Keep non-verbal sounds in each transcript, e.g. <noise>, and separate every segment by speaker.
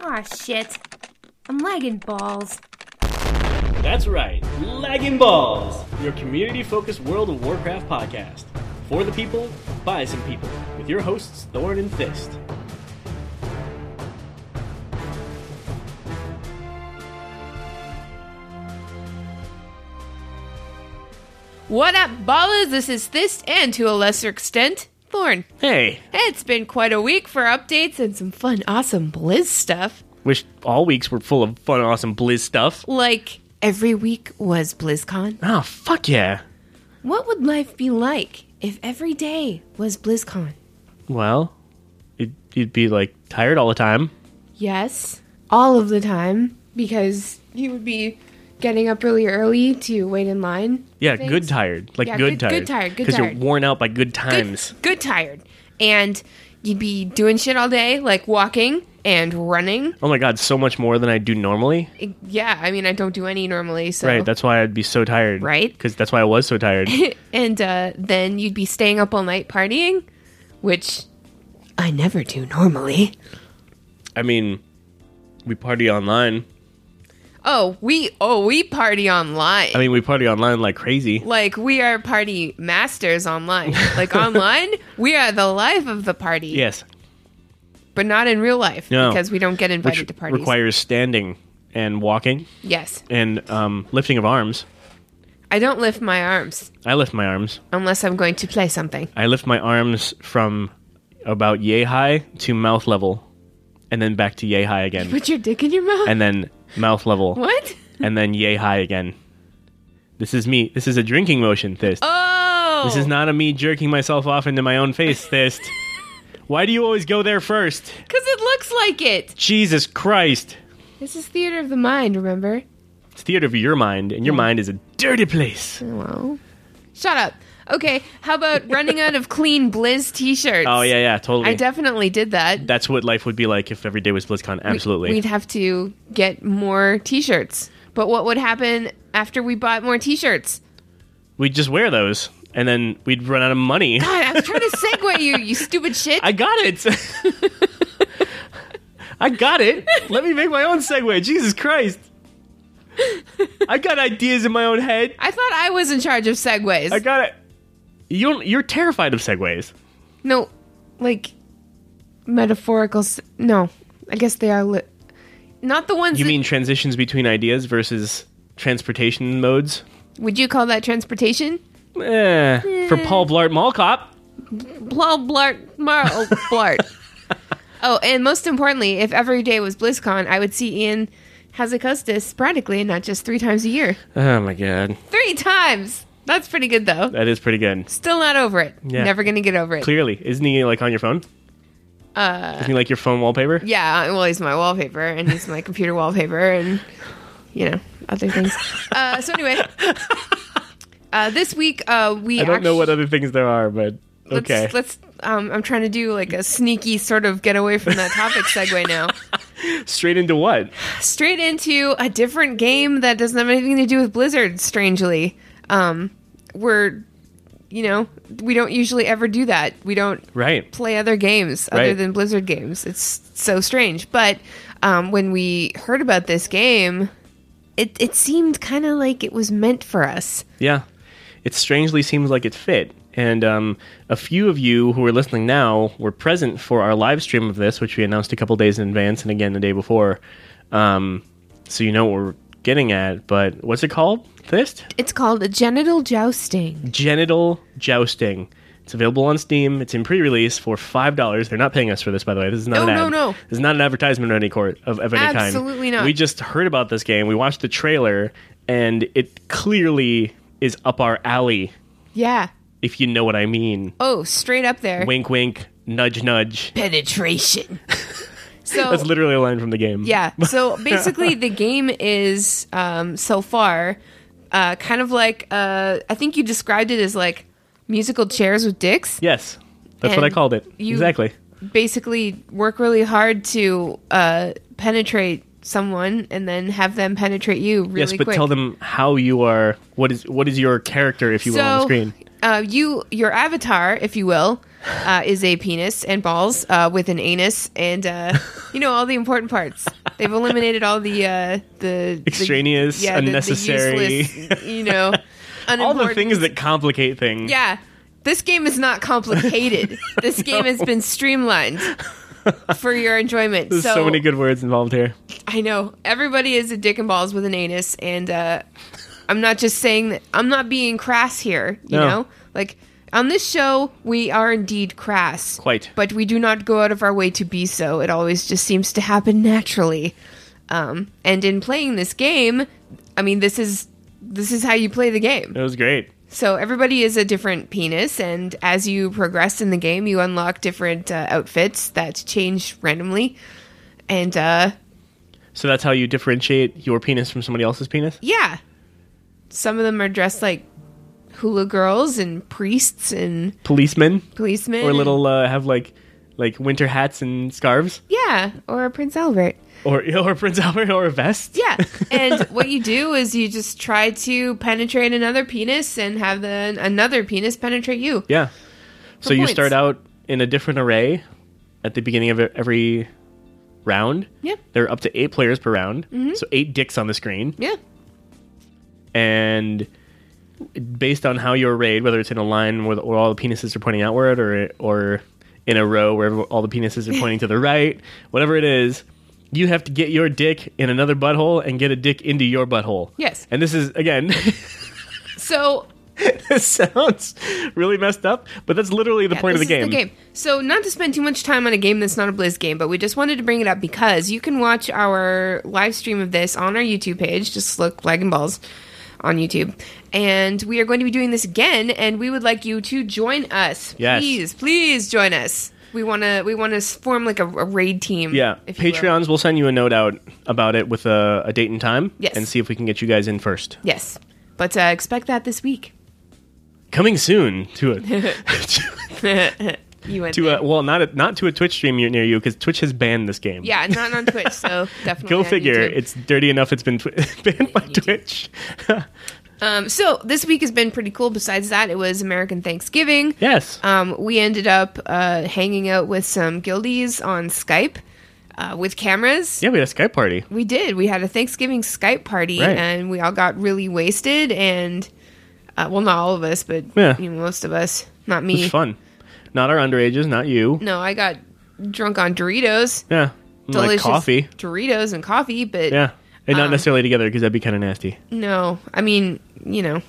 Speaker 1: Aw, shit. I'm lagging balls.
Speaker 2: That's right, Lagging Balls, your community focused World of Warcraft podcast. For the people, by some people, with your hosts Thorn and Fist.
Speaker 3: What up, ballers? This is Thist, and to a lesser extent, Thorn.
Speaker 2: Hey,
Speaker 3: It's been quite a week for updates and some fun, awesome Blizz stuff.
Speaker 2: wish all weeks were full of fun, awesome Blizz stuff.
Speaker 3: Like, every week was BlizzCon.
Speaker 2: Oh, fuck yeah.
Speaker 3: What would life be like if every day was BlizzCon?
Speaker 2: Well, it, you'd be like tired all the time.
Speaker 3: Yes, all of the time, because you would be getting up really early to wait in line.
Speaker 2: Yeah,
Speaker 3: Thanks.
Speaker 2: good tired. Like
Speaker 3: Yeah,
Speaker 2: good,
Speaker 3: good-
Speaker 2: tired.
Speaker 3: good tired, good
Speaker 2: Because you're
Speaker 3: tired.
Speaker 2: worn out by good
Speaker 3: Good-
Speaker 2: times.
Speaker 3: Good, tired. And you'd be doing shit all day, like walking and running.
Speaker 2: Oh my god, so much more than I do normally.
Speaker 3: Yeah, I mean, I don't do any normally, so.
Speaker 2: Right, that's why I'd be so tired.
Speaker 3: Right.
Speaker 2: Because that's why I was so
Speaker 3: <laughs>
Speaker 2: tired.
Speaker 3: and uh, then you'd be staying up all night partying, which I never do normally.
Speaker 2: I mean, we party online.
Speaker 3: Oh, we oh we party online.
Speaker 2: I mean, we party online like crazy.
Speaker 3: like we are party masters online.
Speaker 2: <laughs>
Speaker 3: like online, we are the life of the party.
Speaker 2: Yes,
Speaker 3: But not in real life
Speaker 2: No.
Speaker 3: because we don't get invited
Speaker 2: which
Speaker 3: to parties.
Speaker 2: requires standing and walking
Speaker 3: yes.
Speaker 2: and um, lifting of arms.
Speaker 3: I don't lift my arms
Speaker 2: I lift my arms.
Speaker 3: unless I'm going to play something.
Speaker 2: I lift my arms from about yay high to mouth level, and then back to yay high
Speaker 3: <laughs>
Speaker 2: again,
Speaker 3: Put your dick in your mouth?
Speaker 2: and then mouth level,
Speaker 3: what?
Speaker 2: and then yay high again. This is me. This is a drinking motion, Thist.
Speaker 3: Oh.
Speaker 2: This is not a me jerking myself off into my own face,
Speaker 3: <laughs>
Speaker 2: Thist. Why do you always go there first?
Speaker 3: Cuz it looks like it.
Speaker 2: Jesus Christ.
Speaker 3: This is theater of the mind, remember?
Speaker 2: It's theater of your mind, and your
Speaker 3: Hmm.
Speaker 2: mind is a dirty place.
Speaker 3: Well, shut up. Okay, how about running out of clean Blizz t-shirts?
Speaker 2: Oh, yeah, yeah, totally.
Speaker 3: I definitely did that.
Speaker 2: That's what life would be like if every day was BlizzCon. Absolutely.
Speaker 3: We'd have to get more t-shirts. But what would happen after we bought more t-shirts?
Speaker 2: We'd just wear those, and then we'd run out of money.
Speaker 3: God, I was trying to segue you, you stupid shit.
Speaker 2: I got it. <laughs> I got it. Let me make my own segue. Jesus Christ. I got ideas in my own head.
Speaker 3: I thought I was in charge of segues.
Speaker 2: I got it. You don't, you're terrified of segues.
Speaker 3: no, like metaphorical. s no, I guess they are. Li- not the ones.
Speaker 2: You
Speaker 3: that-
Speaker 2: mean transitions between ideas versus transportation modes?
Speaker 3: would you call that transportation?
Speaker 2: Eh, for Paul Blart Mall Cop.
Speaker 3: Blah blart mar
Speaker 2: <laughs>
Speaker 3: oh, blart. oh, and most importantly, if every day was BlizzCon, I would see Ian Hazacostas sporadically and not just three times a year.
Speaker 2: Oh my god,
Speaker 3: Three times! That's pretty good though.
Speaker 2: that is pretty good.
Speaker 3: Still not over it.
Speaker 2: Yeah.
Speaker 3: Never gonna get over it.
Speaker 2: Clearly, isn't he like on your phone? Uh, isn't he like your phone wallpaper?
Speaker 3: Yeah, well, he's my wallpaper and he's my computer wallpaper and, you know,
Speaker 2: <laughs>
Speaker 3: other things. Uh, so, anyway, uh, this week uh, we.
Speaker 2: I don't know
Speaker 3: actu-
Speaker 2: what other things there are, but
Speaker 3: let's,
Speaker 2: okay.
Speaker 3: Let's. Um, I'm trying to do like a sneaky sort of get away from that topic segue now.
Speaker 2: Straight into what?
Speaker 3: straight into a different game that doesn't have anything to do with Blizzard, strangely. Um, we're, you know, we don't usually ever do that. We don't
Speaker 2: Right.
Speaker 3: play other games other
Speaker 2: Right.
Speaker 3: than Blizzard games. It's so strange. But um, when we heard about this game, it, it seemed kind of like it was meant for us.
Speaker 2: Yeah. It strangely seems like it fit. And um, a few of you who are listening now were present for our live stream of this, which we announced a couple days in advance and again the day before. Um, so you know what we're getting at. But what's it called? Fist?
Speaker 3: It's called Genital Jousting.
Speaker 2: Genital Jousting. It's available on Steam. It's in pre-release for five dollars. They're not paying us for this, by the way. This is not
Speaker 3: No,
Speaker 2: an ad.
Speaker 3: no, no.
Speaker 2: This is not an advertisement of any court of, of any kind.
Speaker 3: Absolutely not.
Speaker 2: We just heard about this game. We watched the trailer, and it clearly is up our alley,
Speaker 3: Yeah.
Speaker 2: if you know what I mean.
Speaker 3: Oh, straight up there.
Speaker 2: Wink, wink. Nudge, nudge.
Speaker 3: Penetration. <laughs> so
Speaker 2: That's literally a line from the game. <laughs>
Speaker 3: Yeah. So basically, the game is um, so far uh, kind of like uh, I think you described it as like musical chairs with dicks.
Speaker 2: Yes. That's what I
Speaker 3: And
Speaker 2: called it.
Speaker 3: you-
Speaker 2: exactly.
Speaker 3: Basically, work really hard to uh, penetrate someone and then have them penetrate you really
Speaker 2: Yes, but
Speaker 3: quick.
Speaker 2: tell them how you are. What is what is your character, if you will, on the
Speaker 3: so
Speaker 2: screen?
Speaker 3: uh, you your avatar, if you will, uh, is a penis and balls uh, with an anus and uh, you know all the important parts. They've eliminated all the uh, the the-
Speaker 2: Extraneous,
Speaker 3: the- the
Speaker 2: unnecessary.
Speaker 3: useless, you know,
Speaker 2: <laughs> All the
Speaker 3: unimportant-
Speaker 2: things that complicate things.
Speaker 3: Yeah. This game is
Speaker 2: <laughs>
Speaker 3: not complicated. This game has been streamlined for your enjoyment.
Speaker 2: There's so, many good words involved here.
Speaker 3: I know. Everybody is a dick and balls with an anus and uh I'm not just saying that I'm not being crass here, you
Speaker 2: No.
Speaker 3: know? Like on this show we are indeed crass.
Speaker 2: Quite.
Speaker 3: But we do not go out of our way to be so. It always just seems to happen naturally. Um and in playing this game, I mean this is this is how you play the game.
Speaker 2: It was great.
Speaker 3: So everybody is a different penis, and as you progress in the game, you unlock different uh, outfits that change randomly. And uh,
Speaker 2: So that's how you differentiate your penis from somebody else's penis?
Speaker 3: yeah, some of them are dressed like hula girls and priests and
Speaker 2: Policemen?
Speaker 3: policemen,
Speaker 2: Or
Speaker 3: and-
Speaker 2: little, uh, have like like winter hats and scarves?
Speaker 3: yeah, or Prince Albert.
Speaker 2: Or, <laughs> or Prince Albert? Or a vest? <laughs>
Speaker 3: Yeah. And what you do is you just try to penetrate another penis and have the another penis penetrate you.
Speaker 2: Yeah. So you
Speaker 3: points.
Speaker 2: start out in a different array at the beginning of e-, every round.
Speaker 3: Yep.
Speaker 2: There are up to eight players per round.
Speaker 3: Mm-hmm.
Speaker 2: So eight dicks on the screen.
Speaker 3: Yeah.
Speaker 2: And based on how you're arrayed, whether it's in a line where, the, where all the penises are pointing outward or, or in a row where every- all the penises are pointing to the
Speaker 3: <laughs>
Speaker 2: right, whatever it is, you have to get your dick in another butthole and get a dick into your butthole.
Speaker 3: Yes.
Speaker 2: And this is, again, <laughs>
Speaker 3: So
Speaker 2: this sounds really messed up, but that's literally the
Speaker 3: Yeah,
Speaker 2: point of the
Speaker 3: this
Speaker 2: game.
Speaker 3: is So, not to spend too much time on a game that's not a Blizz game, but we just wanted to bring it up because you can watch our live stream of this on our YouTube page. Just look Lag and Balls on YouTube. And we are going to be doing this again, and we would like you to join us.
Speaker 2: Yes.
Speaker 3: Please, please join us. We want to we want to form like a, a raid team.
Speaker 2: Yeah,
Speaker 3: you will.
Speaker 2: Patreons will send you a note out about it with a, a date and time,
Speaker 3: Yes.
Speaker 2: and see if we can get you guys in first.
Speaker 3: Yes. But uh, expect that this week. <laughs>
Speaker 2: Coming soon to a <laughs>
Speaker 3: You went
Speaker 2: to uh,
Speaker 3: there.
Speaker 2: a well, not a, not to a Twitch stream near- near you because Twitch has banned this game.
Speaker 3: Yeah, not on
Speaker 2: <laughs>
Speaker 3: Twitch, so definitely.
Speaker 2: Go
Speaker 3: on
Speaker 2: figure.
Speaker 3: YouTube.
Speaker 2: It's dirty enough. It's been twi- <laughs> banned by
Speaker 3: YouTube.
Speaker 2: Twitch. <laughs>
Speaker 3: Um, so this week has been pretty cool. Besides that, it was American Thanksgiving.
Speaker 2: yes.
Speaker 3: Um, we ended up uh, hanging out with some guildies on Skype uh, with cameras.
Speaker 2: yeah, we had a Skype party.
Speaker 3: We did. We had a Thanksgiving Skype party,
Speaker 2: Right.
Speaker 3: and we all got really wasted. And uh, well, not all of us, but
Speaker 2: Yeah.
Speaker 3: you know, most of us. Not
Speaker 2: It
Speaker 3: me.
Speaker 2: was fun. Not our underages. Not you.
Speaker 3: No, I got drunk on Doritos,
Speaker 2: Yeah. Like
Speaker 3: delicious
Speaker 2: coffee.
Speaker 3: Doritos and coffee. But
Speaker 2: Yeah. And not
Speaker 3: Um,
Speaker 2: necessarily together because that'd be kind of nasty.
Speaker 3: no, I mean, you know,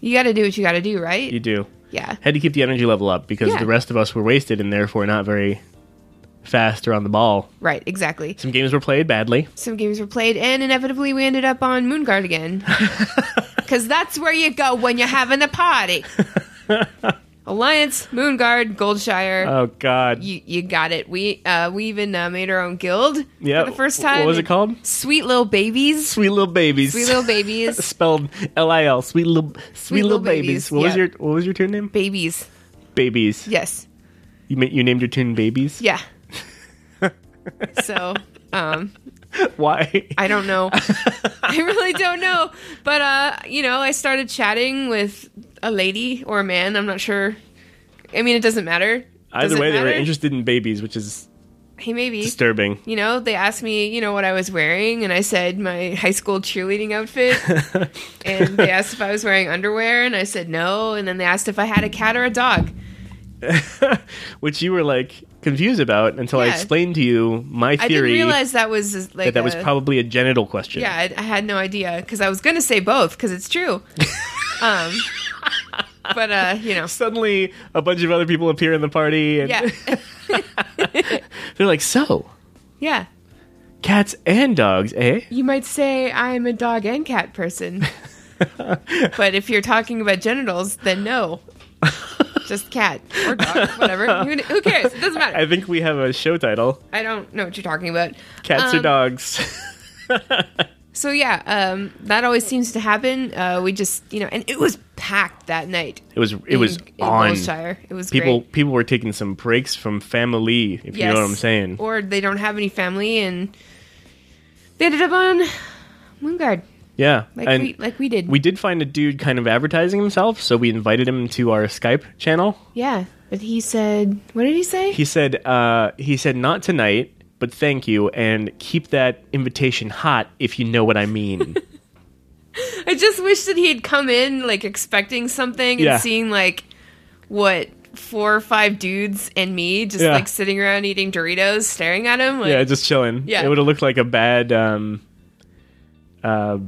Speaker 3: you got to do what you got to do, right?
Speaker 2: You do.
Speaker 3: yeah.
Speaker 2: Had to keep the energy level up because
Speaker 3: Yeah.
Speaker 2: the rest of us were wasted and therefore not very fast or on the ball.
Speaker 3: Right. Exactly.
Speaker 2: Some games were played badly.
Speaker 3: some games were played, and inevitably we ended up on Moonguard
Speaker 2: <laughs>
Speaker 3: again. Because that's where you go when you're having
Speaker 2: <laughs>
Speaker 3: a party. Alliance, Moonguard, Goldshire.
Speaker 2: Oh God!
Speaker 3: you, you got it. We uh, we even uh, made our own guild
Speaker 2: yeah,
Speaker 3: for the first
Speaker 2: w-
Speaker 3: time.
Speaker 2: What was it called?
Speaker 3: Sweet Little Babies.
Speaker 2: Sweet little babies.
Speaker 3: Sweet Little Babies.
Speaker 2: <laughs> Spelled L I L. Sweet little. Sweet, little,
Speaker 3: Little
Speaker 2: babies.
Speaker 3: Babies,
Speaker 2: What was
Speaker 3: yeah.
Speaker 2: your What was your tune name?
Speaker 3: Babies.
Speaker 2: Babies.
Speaker 3: Yes.
Speaker 2: You ma- you named your tune babies.
Speaker 3: Yeah.
Speaker 2: <laughs>
Speaker 3: so, um,
Speaker 2: Why?
Speaker 3: I
Speaker 2: <laughs>
Speaker 3: don't know. <laughs> I really don't know. But uh, you know, I started chatting with a lady or a man. I'm not sure. I mean, it doesn't matter. Does
Speaker 2: Either
Speaker 3: it
Speaker 2: way, they were
Speaker 3: matter?
Speaker 2: interested in babies, which
Speaker 3: <laughs>
Speaker 2: is
Speaker 3: Hey, maybe.
Speaker 2: disturbing. <laughs>
Speaker 3: you know, they asked me, you know, what I was wearing, and I said my high school
Speaker 2: <laughs>
Speaker 3: cheerleading outfit. and they asked if I was wearing underwear, and I said no. And then they asked if I had a cat or a dog.
Speaker 2: which you were like confused about until I
Speaker 3: Yeah.
Speaker 2: explained to you my
Speaker 3: I didn't
Speaker 2: theory
Speaker 3: realize that was like
Speaker 2: that that was
Speaker 3: a-
Speaker 2: probably a genital question.
Speaker 3: Yeah, I, I had no idea because I was gonna say both because
Speaker 2: <laughs>
Speaker 3: it's true. um, but uh,
Speaker 2: <laughs>
Speaker 3: you know,
Speaker 2: Suddenly, a bunch of other people appear in the party, and
Speaker 3: yeah,
Speaker 2: <laughs> they're like, "So,
Speaker 3: yeah.
Speaker 2: cats and dogs, eh?"
Speaker 3: You might say I'm a dog and cat person.
Speaker 2: <laughs>
Speaker 3: but if you're talking about genitals, then no. Just cat or dog,
Speaker 2: <laughs>
Speaker 3: whatever. Who, who cares? It doesn't
Speaker 2: I
Speaker 3: matter.
Speaker 2: think we have a show title:
Speaker 3: I don't know what you're talking about.
Speaker 2: "Cats or
Speaker 3: Um,
Speaker 2: Dogs." <laughs>
Speaker 3: So yeah, um, that always seems to happen. Uh, we just, you know, and it was packed that night.
Speaker 2: It was it was
Speaker 3: in, in
Speaker 2: on.
Speaker 3: Wiltshire. It was
Speaker 2: People
Speaker 3: great.
Speaker 2: people were taking some breaks from family, if you know what I'm
Speaker 3: Yes.
Speaker 2: saying.
Speaker 3: Or they don't have any family and they ended up on Moonguard.
Speaker 2: Yeah.
Speaker 3: like
Speaker 2: and
Speaker 3: we like we did.
Speaker 2: we did find a dude kind of advertising himself, so we invited him to our Skype channel.
Speaker 3: yeah, but he said, what did he say?
Speaker 2: He said, uh, he said, not tonight, but thank you, and keep that invitation hot if you know what I
Speaker 3: <laughs>
Speaker 2: mean.
Speaker 3: I just wish that he had come in like expecting something and
Speaker 2: Yeah.
Speaker 3: seeing like what four or five dudes and me just
Speaker 2: Yeah.
Speaker 3: like sitting around eating Doritos, staring at him. Like,
Speaker 2: yeah, just chilling.
Speaker 3: Yeah.
Speaker 2: It would have looked like a bad, um, uh,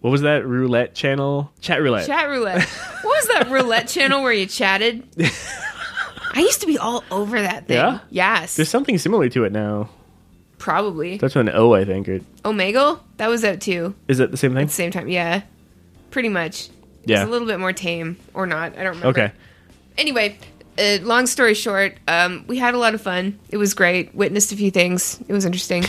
Speaker 2: what was that roulette channel? Chat roulette.
Speaker 3: Chat roulette. what was that roulette channel where
Speaker 2: <laughs>
Speaker 3: you chatted? I used to be all over that thing.
Speaker 2: Yeah?
Speaker 3: Yes.
Speaker 2: There's something similar to it now.
Speaker 3: probably.
Speaker 2: That's an O, I think. Or,
Speaker 3: Omegle? That was out too.
Speaker 2: is it the same thing?
Speaker 3: Same time. Yeah. Pretty much.
Speaker 2: Yeah.
Speaker 3: It's a little bit more tame or not. I don't remember.
Speaker 2: Okay.
Speaker 3: anyway, uh, long story short, um, we had a lot of fun. It was great. Witnessed a few things. It
Speaker 2: <laughs>
Speaker 3: was interesting.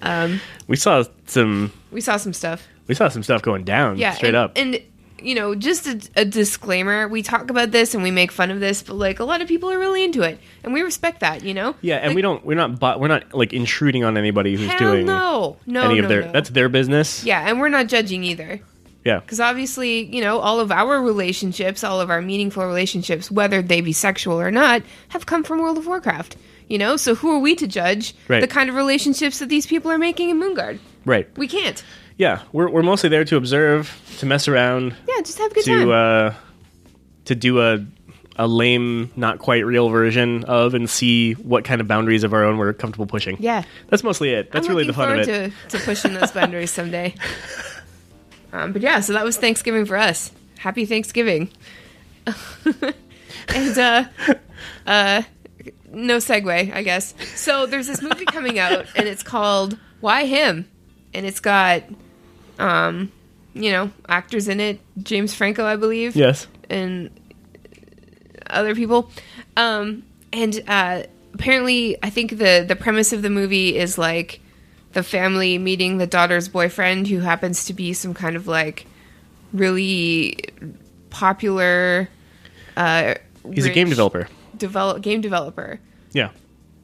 Speaker 3: Um,
Speaker 2: We saw some.
Speaker 3: we saw some stuff.
Speaker 2: We saw some stuff going down.
Speaker 3: Yeah,
Speaker 2: Straight
Speaker 3: and,
Speaker 2: up.
Speaker 3: And you know, just a, a disclaimer: we talk about this and we make fun of this, but like a lot of people are really into it, and we respect that. You know?
Speaker 2: yeah, and
Speaker 3: Like,
Speaker 2: we don't. We're not. bo- We're not like intruding on anybody who's
Speaker 3: Hell
Speaker 2: doing
Speaker 3: no, no,
Speaker 2: any
Speaker 3: no,
Speaker 2: of their.
Speaker 3: no.
Speaker 2: That's their business.
Speaker 3: yeah, and we're not judging either.
Speaker 2: Yeah.
Speaker 3: Because obviously, you know, all of our relationships, all of our meaningful relationships, whether they be sexual or not, have come from World of Warcraft. You know, so who are we to judge
Speaker 2: Right.
Speaker 3: the kind of relationships that these people are making in Moonguard?
Speaker 2: Right.
Speaker 3: We can't.
Speaker 2: Yeah. We're we're mostly there to observe, to mess around,
Speaker 3: Yeah, just have a good time.
Speaker 2: to uh, to do a a lame, not quite real version of, and see what kind of boundaries of our own we're comfortable pushing.
Speaker 3: yeah,
Speaker 2: That's mostly it. That's
Speaker 3: I'm
Speaker 2: really the
Speaker 3: looking
Speaker 2: fun of it.
Speaker 3: forward To, to pushing those
Speaker 2: <laughs>
Speaker 3: boundaries someday. Um, but yeah, so that was Thanksgiving for us. Happy Thanksgiving. <laughs> and uh, uh, no segue, I guess. So there's this movie coming out, and it's called Why Him, and it's got, um, you know, actors in it. James Franco, I believe
Speaker 2: Yes.
Speaker 3: and other people. Um, and uh, apparently, I think the the premise of the movie is like the family meeting the daughter's boyfriend, who happens to be some kind of like really popular. Uh,
Speaker 2: He's a game
Speaker 3: rich
Speaker 2: developer.
Speaker 3: develop game developer,
Speaker 2: Yeah.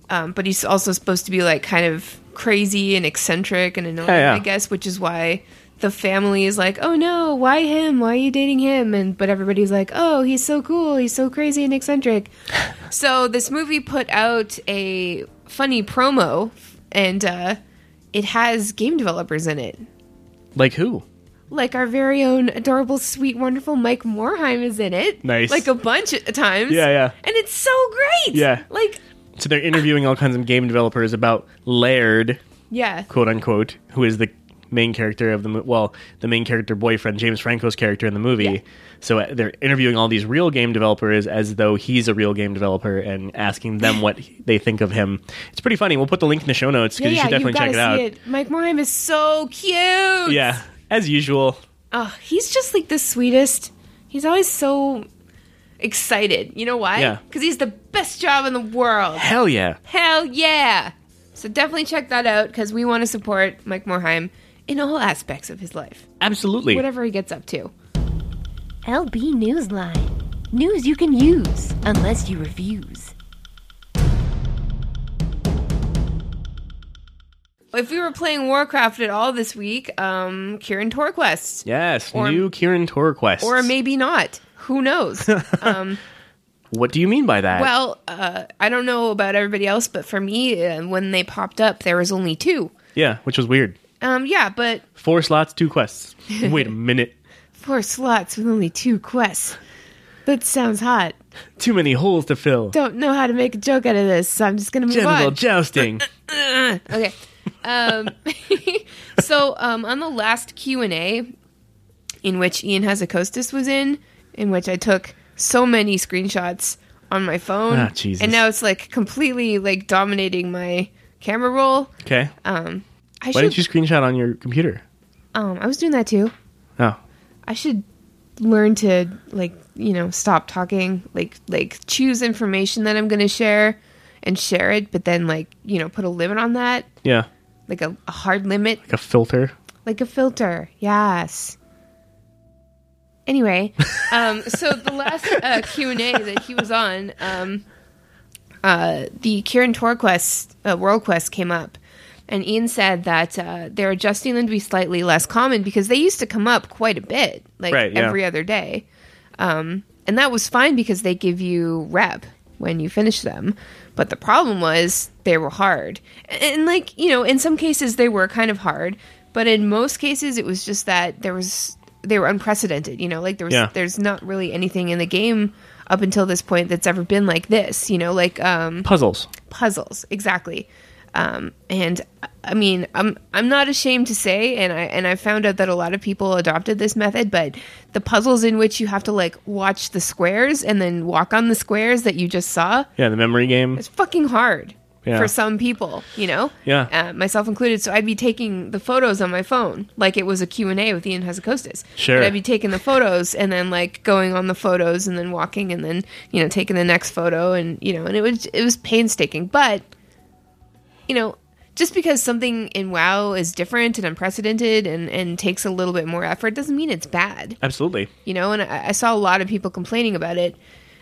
Speaker 3: um, but he's also supposed to be like kind of crazy and eccentric and annoying,
Speaker 2: Yeah, yeah.
Speaker 3: I guess, which is why the family is like, "Oh no, why him? Why are you dating him?" And but everybody's like, "Oh, he's so cool. He's so crazy
Speaker 2: <laughs>
Speaker 3: and eccentric." so this movie put out a funny promo, and uh, it has game developers in it.
Speaker 2: Like who?
Speaker 3: Like our very own adorable, sweet, wonderful Mike Morheim is in it.
Speaker 2: Nice.
Speaker 3: Like a bunch of times.
Speaker 2: Yeah, yeah.
Speaker 3: And it's so great.
Speaker 2: Yeah.
Speaker 3: Like,
Speaker 2: So they're interviewing all kinds of game developers about Laird,
Speaker 3: yeah.
Speaker 2: quote unquote, who is the main character of the mo- well, the main character boyfriend, James Franco's character in the movie.
Speaker 3: Yeah.
Speaker 2: So uh, they're interviewing all these real game developers as though he's a real game developer and asking them what he- they think of him. It's pretty funny. We'll put the link in the show notes because you should definitely check
Speaker 3: gotta
Speaker 2: it out.
Speaker 3: see it. Mike Morheim is so cute.
Speaker 2: Yeah, as usual.
Speaker 3: Oh, he's just like the sweetest. He's always so excited. You know why?
Speaker 2: Yeah.
Speaker 3: Because he's the best job in the world.
Speaker 2: Hell yeah.
Speaker 3: Hell yeah. So definitely check that out because we want to support Mike Morheim in all aspects of his life,
Speaker 2: Absolutely.
Speaker 3: whatever he gets up to.
Speaker 1: LB Newsline. News you can use, unless you refuse.
Speaker 3: If we were playing Warcraft at all this week, um, Kieran Torquest.
Speaker 2: Yes,
Speaker 3: Or-
Speaker 2: new Kieran Torquest.
Speaker 3: Or maybe not. Who
Speaker 2: <laughs>
Speaker 3: knows?
Speaker 2: What do you mean by that?
Speaker 3: Well, uh, I don't know about everybody else, but for me, uh, when they popped up, there was only two.
Speaker 2: yeah, which was weird.
Speaker 3: Um, yeah, but
Speaker 2: Four slots, two
Speaker 3: <laughs>
Speaker 2: quests. Wait a minute.
Speaker 3: four slots with only two quests. That sounds hot.
Speaker 2: Too many holes to fill.
Speaker 3: Don't know how to make a joke out of this, so I'm just gonna move
Speaker 2: Genital
Speaker 3: on. <laughs>
Speaker 2: jousting.
Speaker 3: okay. Um, <laughs> so um, on the last Q and A, in which Ian Hazakostas was in, in which I took so many screenshots on my phone,
Speaker 2: Ah, Jesus.
Speaker 3: and now it's like completely like dominating my camera roll.
Speaker 2: Okay.
Speaker 3: Um, I
Speaker 2: Why
Speaker 3: should
Speaker 2: didn't you screenshot on your computer?
Speaker 3: Um, I was doing that too.
Speaker 2: Oh.
Speaker 3: I should learn to like you know stop talking, like like choose information that I'm going to share and share it, but then like you know put a limit on that,
Speaker 2: Yeah.
Speaker 3: like a, a hard limit,
Speaker 2: Like a filter.
Speaker 3: like a filter. Yes.
Speaker 2: <laughs>
Speaker 3: Anyway, um, so the last uh, Q and A that he was on, um, uh, the Kieran Torquest uh, World Quest came up, And Ian said that uh, they're adjusting them to be slightly less common because they used to come up quite a bit, like
Speaker 2: Right, yeah.
Speaker 3: every other day. Um, and that was fine because they give you rep when you finish them. But the problem was they were hard. And, and, like, you know, in some cases they were kind of hard, but in most cases it was just that there was they were unprecedented, you know, like there was
Speaker 2: Yeah.
Speaker 3: there's not really anything in the game up until this point that's ever been like this, you know, like um
Speaker 2: Puzzles.
Speaker 3: puzzles exactly um, and i mean i'm i'm not ashamed to say and i and i found out that a lot of people adopted this method but the puzzles in which you have to like watch the squares and then walk on the squares that you just saw
Speaker 2: Yeah, the memory game.
Speaker 3: it's fucking hard
Speaker 2: Yeah.
Speaker 3: for some people you know
Speaker 2: Yeah.
Speaker 3: uh, myself included so i'd be taking the photos on my phone like it was a q&a with ian Hazacostas.
Speaker 2: Sure.
Speaker 3: but i'd be taking the photos and then like going on the photos and then walking and then you know taking the next photo and you know and it was it was painstaking but you know just because something in wow is different and unprecedented and and takes a little bit more effort doesn't mean it's bad
Speaker 2: Absolutely.
Speaker 3: you know and i, I saw a lot of people complaining about it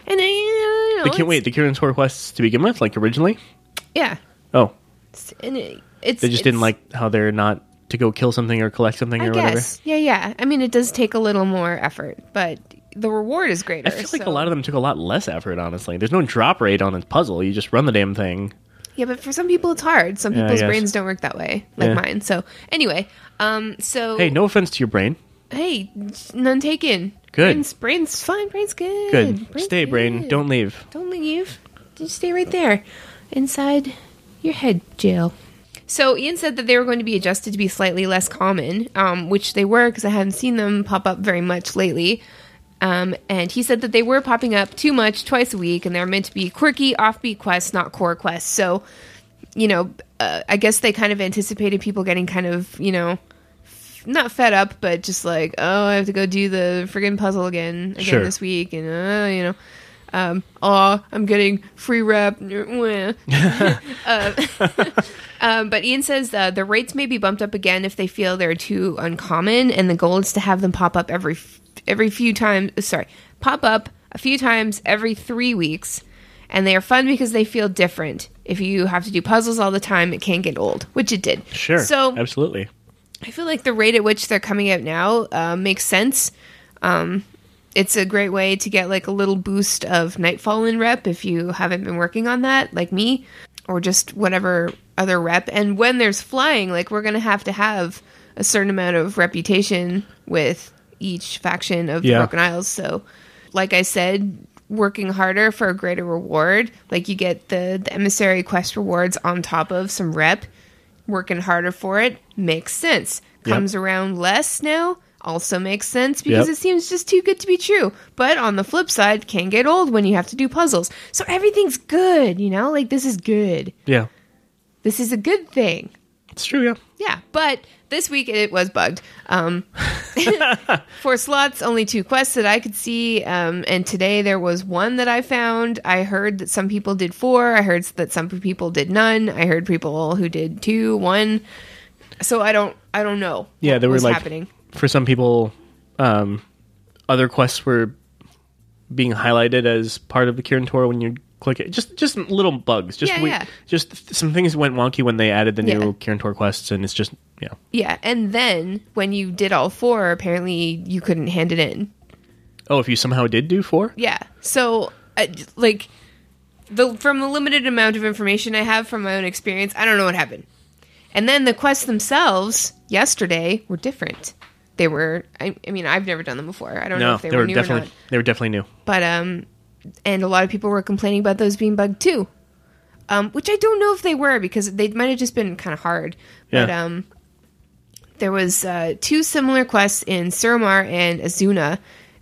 Speaker 3: and I, you know,
Speaker 2: The Q-
Speaker 3: it's-
Speaker 2: wait, the Kieran Tor quests to begin with, like originally?
Speaker 3: yeah
Speaker 2: Oh,
Speaker 3: It's- and it, it's
Speaker 2: they just
Speaker 3: it's-
Speaker 2: didn't like how they're not to go kill something or collect something
Speaker 3: I
Speaker 2: or whatever.
Speaker 3: guess. Yeah, yeah. I mean, it does take a little more effort, but the reward is greater.
Speaker 2: I feel like a lot of them took a lot less effort, honestly. There's no drop rate on this puzzle. You just run the damn thing.
Speaker 3: Yeah, but for some people, it's hard. Some
Speaker 2: Yeah, I
Speaker 3: people's
Speaker 2: guess.
Speaker 3: brains don't work that way, like
Speaker 2: Yeah.
Speaker 3: mine. So anyway, um, so
Speaker 2: Hey, no offense to your brain.
Speaker 3: hey, none taken.
Speaker 2: Good.
Speaker 3: Brains, brains fine. Brains good.
Speaker 2: Good.
Speaker 3: Brain's
Speaker 2: Stay, brain.
Speaker 3: good.
Speaker 2: Don't leave.
Speaker 3: Don't leave. Just stay right there, inside your head jail. So Ian said that they were going to be adjusted to be slightly less common, um, which they were because I haven't seen them pop up very much lately. Um, and he said that they were popping up too much twice a week, and they're meant to be quirky, offbeat quests, not core quests. So, you know, uh, I guess they kind of anticipated people getting kind of, you know, f- not fed up, but just like, oh, I have to go do the friggin' puzzle again again
Speaker 2: Sure.
Speaker 3: this week, and uh, you know, um, oh, I'm getting free rep. <laughs> Mwah. Um, but Ian says uh, the rates may be bumped up again if they feel they're too uncommon, and the goal is to have them pop up every f- every few times. Sorry, pop up a few times every three weeks, and they are fun because they feel different. If you have to do puzzles all the time, it can get old, which it did.
Speaker 2: Sure.
Speaker 3: So
Speaker 2: absolutely.
Speaker 3: I feel like the rate at which they're coming out now uh, makes sense. Um, it's a great way to get like a little boost of Nightfall in rep if you haven't been working on that, like me, or just whatever other rep. And when there's flying, like we're going to have to have a certain amount of reputation with each faction of
Speaker 2: Yeah.
Speaker 3: the Broken Isles. So, like I said, working harder for a greater reward, like you get the, the emissary quest rewards on top of some rep working harder for it makes sense.
Speaker 2: Yep.
Speaker 3: Comes around less now also makes sense because
Speaker 2: Yep.
Speaker 3: it seems just too good to be true. But on the flip side, can get old when you have to do puzzles. So everything's good, you know? Like this is good.
Speaker 2: Yeah.
Speaker 3: This is a good thing.
Speaker 2: It's true, yeah.
Speaker 3: Yeah, but this week it was bugged. Um, <laughs> four slots, only two quests that I could see. Um, and today there was one that I found. I heard that some people did four. I heard that some people did none. I heard people who did two, one. So I don't, I don't know.
Speaker 2: Yeah, there
Speaker 3: what
Speaker 2: were
Speaker 3: was
Speaker 2: like
Speaker 3: happening.
Speaker 2: for some people, um, other quests were being highlighted as part of the Kirin Tor when you click it. Just just little bugs. Just
Speaker 3: Yeah,
Speaker 2: we,
Speaker 3: yeah.
Speaker 2: just th- some things went wonky when they added the
Speaker 3: Yeah.
Speaker 2: new Kirin Tor quests, and it's just yeah.
Speaker 3: Yeah, and then when you did all four, apparently you couldn't hand it in.
Speaker 2: Oh, if you somehow did do four,
Speaker 3: Yeah. So, I j- like, the from the limited amount of information I have from my own experience, I don't know what happened. And then the quests themselves yesterday were different. They were. I, I mean, I've never done them before. I don't know
Speaker 2: no,
Speaker 3: if they,
Speaker 2: they,
Speaker 3: were,
Speaker 2: were
Speaker 3: new or
Speaker 2: definitely
Speaker 3: not.
Speaker 2: they were definitely new.
Speaker 3: But um, and a lot of people were complaining about those being bugged too. Um, which I don't know if they were because they might have just been kind of hard. But
Speaker 2: Yeah.
Speaker 3: um, there was uh, two similar quests in Suramar and Azuna,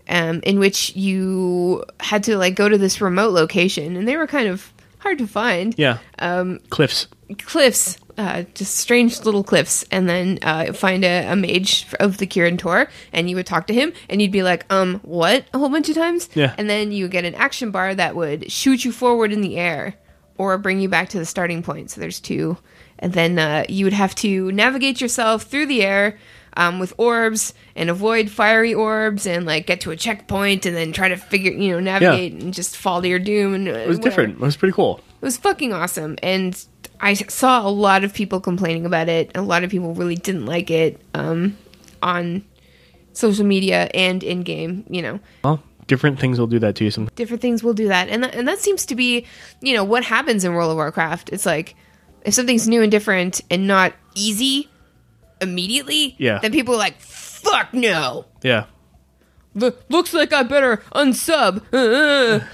Speaker 3: um, in which you had to like go to this remote location, and they were kind of hard to find.
Speaker 2: Yeah, um, cliffs.
Speaker 3: Cliffs, uh, just strange little cliffs, and then uh, find a, a mage of the Kirin Tor, and you would talk to him, and you'd be like, um, what? A whole bunch of times?
Speaker 2: Yeah.
Speaker 3: And then you would get an action bar that would shoot you forward in the air or bring you back to the starting point. So there's two. And then uh, you would have to navigate yourself through the air um, with orbs and avoid fiery orbs and like get to a checkpoint and then try to figure, you know, navigate and uh, just fall to your doom. And
Speaker 2: It was different. It was pretty cool.
Speaker 3: it was fucking awesome and I saw a lot of people complaining about it. A lot of people really didn't like it um, on social media and in game. You know,
Speaker 2: Well, different things will do that to you. Some
Speaker 3: different things will do that, and that, and that seems to be, you know, what happens in World of Warcraft. It's like if something's new and different and not easy immediately,
Speaker 2: Yeah.
Speaker 3: then people are like, "Fuck no."
Speaker 2: yeah.
Speaker 3: Lo- looks like I better unsub. Uh,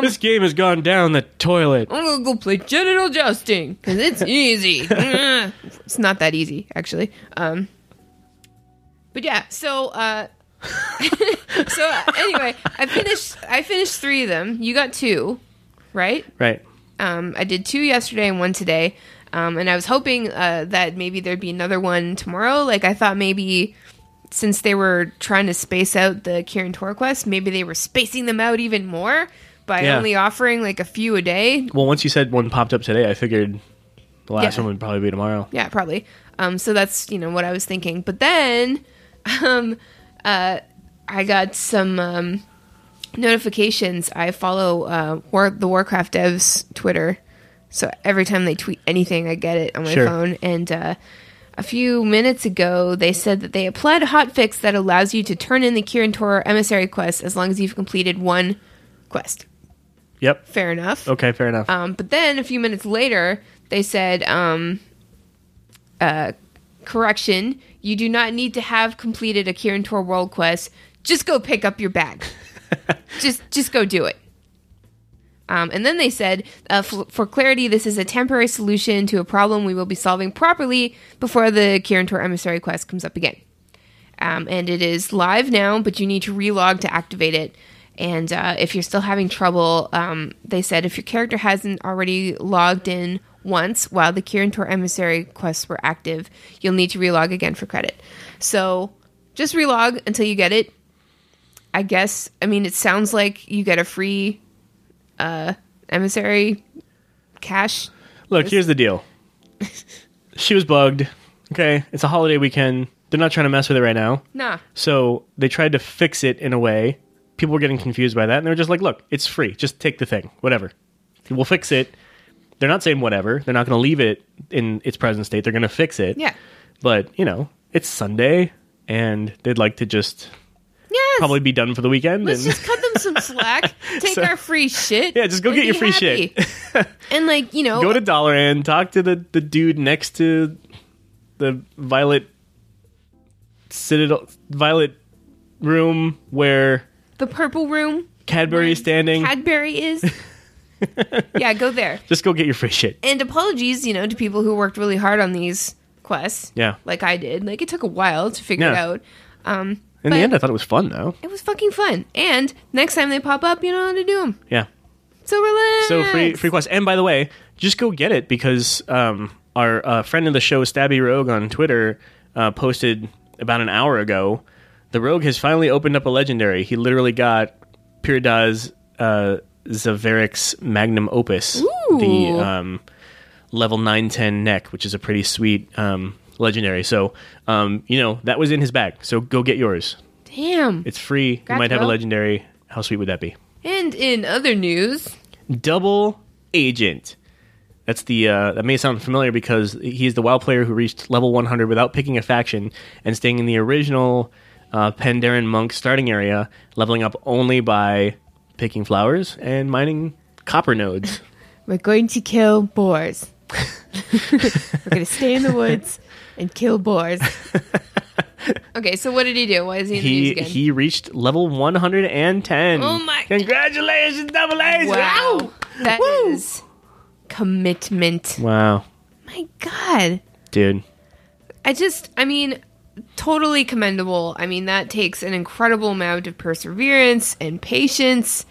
Speaker 2: this game has gone down the toilet.
Speaker 3: I'm gonna go play genital jousting because <laughs> it's easy. Uh, it's not that easy, actually. Um, but yeah, so uh, <laughs> so uh, anyway, I finished. I finished three of them. You got two, right?
Speaker 2: Right.
Speaker 3: Um, I did two yesterday and one today. Um, and I was hoping uh, that maybe there'd be another one tomorrow. Like I thought maybe since they were trying to space out the Kieran Tor quest, maybe they were spacing them out even more by
Speaker 2: Yeah.
Speaker 3: only offering like a few a day.
Speaker 2: Well, once you said one popped up today, I figured the last
Speaker 3: Yeah.
Speaker 2: one would probably be tomorrow.
Speaker 3: Yeah, probably. Um, so that's you know what I was thinking. But then, <laughs> um, uh, I got some um, notifications. I follow uh, War- the Warcraft devs Twitter, so every time they tweet anything, I get it on my
Speaker 2: Sure.
Speaker 3: phone. And uh, a few minutes ago, they said that they applied a hotfix that allows you to turn in the Kirin Tor emissary quest as long as you've completed one quest.
Speaker 2: Yep.
Speaker 3: Fair enough.
Speaker 2: Okay, fair enough.
Speaker 3: Um, but then a few minutes later, they said, um, uh, correction, you do not need to have completed a Kirin Tor world quest. Just go pick up your bag. just, just go do it. Um, and then they said, uh, f- for clarity, this is a temporary solution to a problem we will be solving properly before the Kirin Tor emissary quest comes up again. Um, and it is live now, but you need to relog to activate it. And uh, if you're still having trouble, um, they said if your character hasn't already logged in once while the Kirin Tor emissary quests were active, you'll need to relog again for credit. So just relog until you get it. I guess. I mean, it sounds like you get a free uh, emissary cash.
Speaker 2: Look, here's the
Speaker 3: <laughs>
Speaker 2: deal. she was bugged. Okay, it's a holiday weekend. They're not trying to mess with it right now.
Speaker 3: Nah.
Speaker 2: So they tried to fix it in a way. People were getting confused by that, and they were just like, "Look, it's free. Just take the thing. Whatever. We'll fix it." They're not saying whatever. They're not going to leave it in its present state. They're going to fix it.
Speaker 3: Yeah.
Speaker 2: But you know, it's Sunday, and they'd like to just
Speaker 3: Yes.
Speaker 2: probably be done for the weekend.
Speaker 3: Let's
Speaker 2: and
Speaker 3: just cut them some slack. Take
Speaker 2: So-
Speaker 3: our free shit.
Speaker 2: <laughs> Yeah, just go
Speaker 3: and
Speaker 2: get your
Speaker 3: be
Speaker 2: free shit.
Speaker 3: happy. and like you know,
Speaker 2: go to Dollar and talk to the, the dude next to the Violet Citadel Violet room where
Speaker 3: the purple room,
Speaker 2: Cadbury is standing.
Speaker 3: Cadbury
Speaker 2: <laughs>
Speaker 3: is. yeah, go there.
Speaker 2: Just go get your free shit.
Speaker 3: And apologies, you know, to people who worked really hard on these quests.
Speaker 2: Yeah.
Speaker 3: like I did. Like it took a while to figure it
Speaker 2: Yeah.
Speaker 3: out. Um,
Speaker 2: In
Speaker 3: but
Speaker 2: the end, I thought it was fun though.
Speaker 3: it was fucking fun. And next time they pop up, you know how to do them.
Speaker 2: Yeah.
Speaker 3: So relax.
Speaker 2: So free free quest. And by the way, just go get it because um, our uh, friend of the show, Stabby Rogue on Twitter, uh, posted about an hour ago. The Rogue has finally opened up a legendary. He literally got Pyridaz uh, Zavaric's magnum opus,
Speaker 3: Ooh.
Speaker 2: the um, level nine ten neck, which is a pretty sweet um, legendary. So um, you know that was in his bag. So go get yours.
Speaker 3: Damn.
Speaker 2: It's free.
Speaker 3: Gotcha,
Speaker 2: you might have a
Speaker 3: Rogue.
Speaker 2: legendary. How sweet would that be?
Speaker 3: And in other news,
Speaker 2: double agent. That's the uh, that may sound familiar because he's the WoW player who reached level 100 without picking a faction and staying in the original uh, Pandaren monk starting area, leveling up only by picking flowers and mining copper
Speaker 3: <laughs>
Speaker 2: nodes.
Speaker 3: We're going to kill boars. We're going to stay <laughs> in the woods and kill boars. <laughs> okay, so what did he do? Why is he in the news
Speaker 2: he
Speaker 3: again?
Speaker 2: he reached level 110.
Speaker 3: Oh my-
Speaker 2: Congratulations, double agent!
Speaker 3: wow. that
Speaker 2: Woo!
Speaker 3: is commitment.
Speaker 2: Wow,
Speaker 3: My God.
Speaker 2: dude.
Speaker 3: I just, I mean, totally commendable. I mean, that takes an incredible amount of perseverance and patience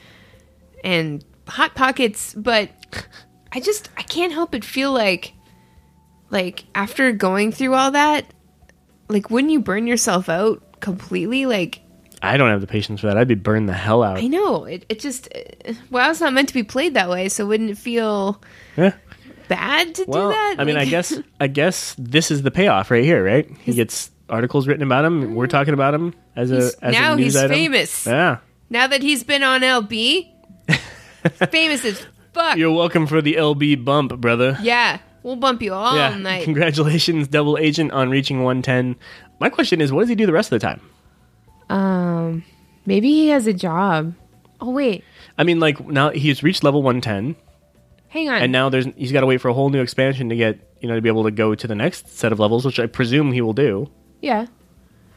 Speaker 3: and hot pockets, but I just, I can't help but feel like, like, after going through all that, like, wouldn't you burn yourself out completely? Like,
Speaker 2: I don't have the patience for that. I'd be burned the hell out.
Speaker 3: I know, it, it just, uh, WoW's not meant to be played that way, so wouldn't it feel
Speaker 2: Yeah.
Speaker 3: bad to
Speaker 2: Well,
Speaker 3: do that?
Speaker 2: I mean, I
Speaker 3: Like-
Speaker 2: guess I guess this is the payoff right here, right? He gets articles written about him. We're talking about him as a
Speaker 3: Mm. He's-
Speaker 2: as
Speaker 3: now
Speaker 2: a news
Speaker 3: he's
Speaker 2: item.
Speaker 3: famous.
Speaker 2: Yeah,
Speaker 3: Now that he's been
Speaker 2: <laughs>
Speaker 3: on LB, famous as fuck.
Speaker 2: you're welcome for the LB bump, brother.
Speaker 3: Yeah. We'll bump you all
Speaker 2: yeah.
Speaker 3: night.
Speaker 2: Congratulations, Double Agent, on reaching 110. My question is, what does he do the rest of the time?
Speaker 3: Um, maybe he has a job. Oh wait,
Speaker 2: I mean, like now he's reached level 110,
Speaker 3: hang on.
Speaker 2: and now there's he's got to wait for a whole new expansion to get you know to be able to go to the next set of levels, which I presume he will do.
Speaker 3: yeah,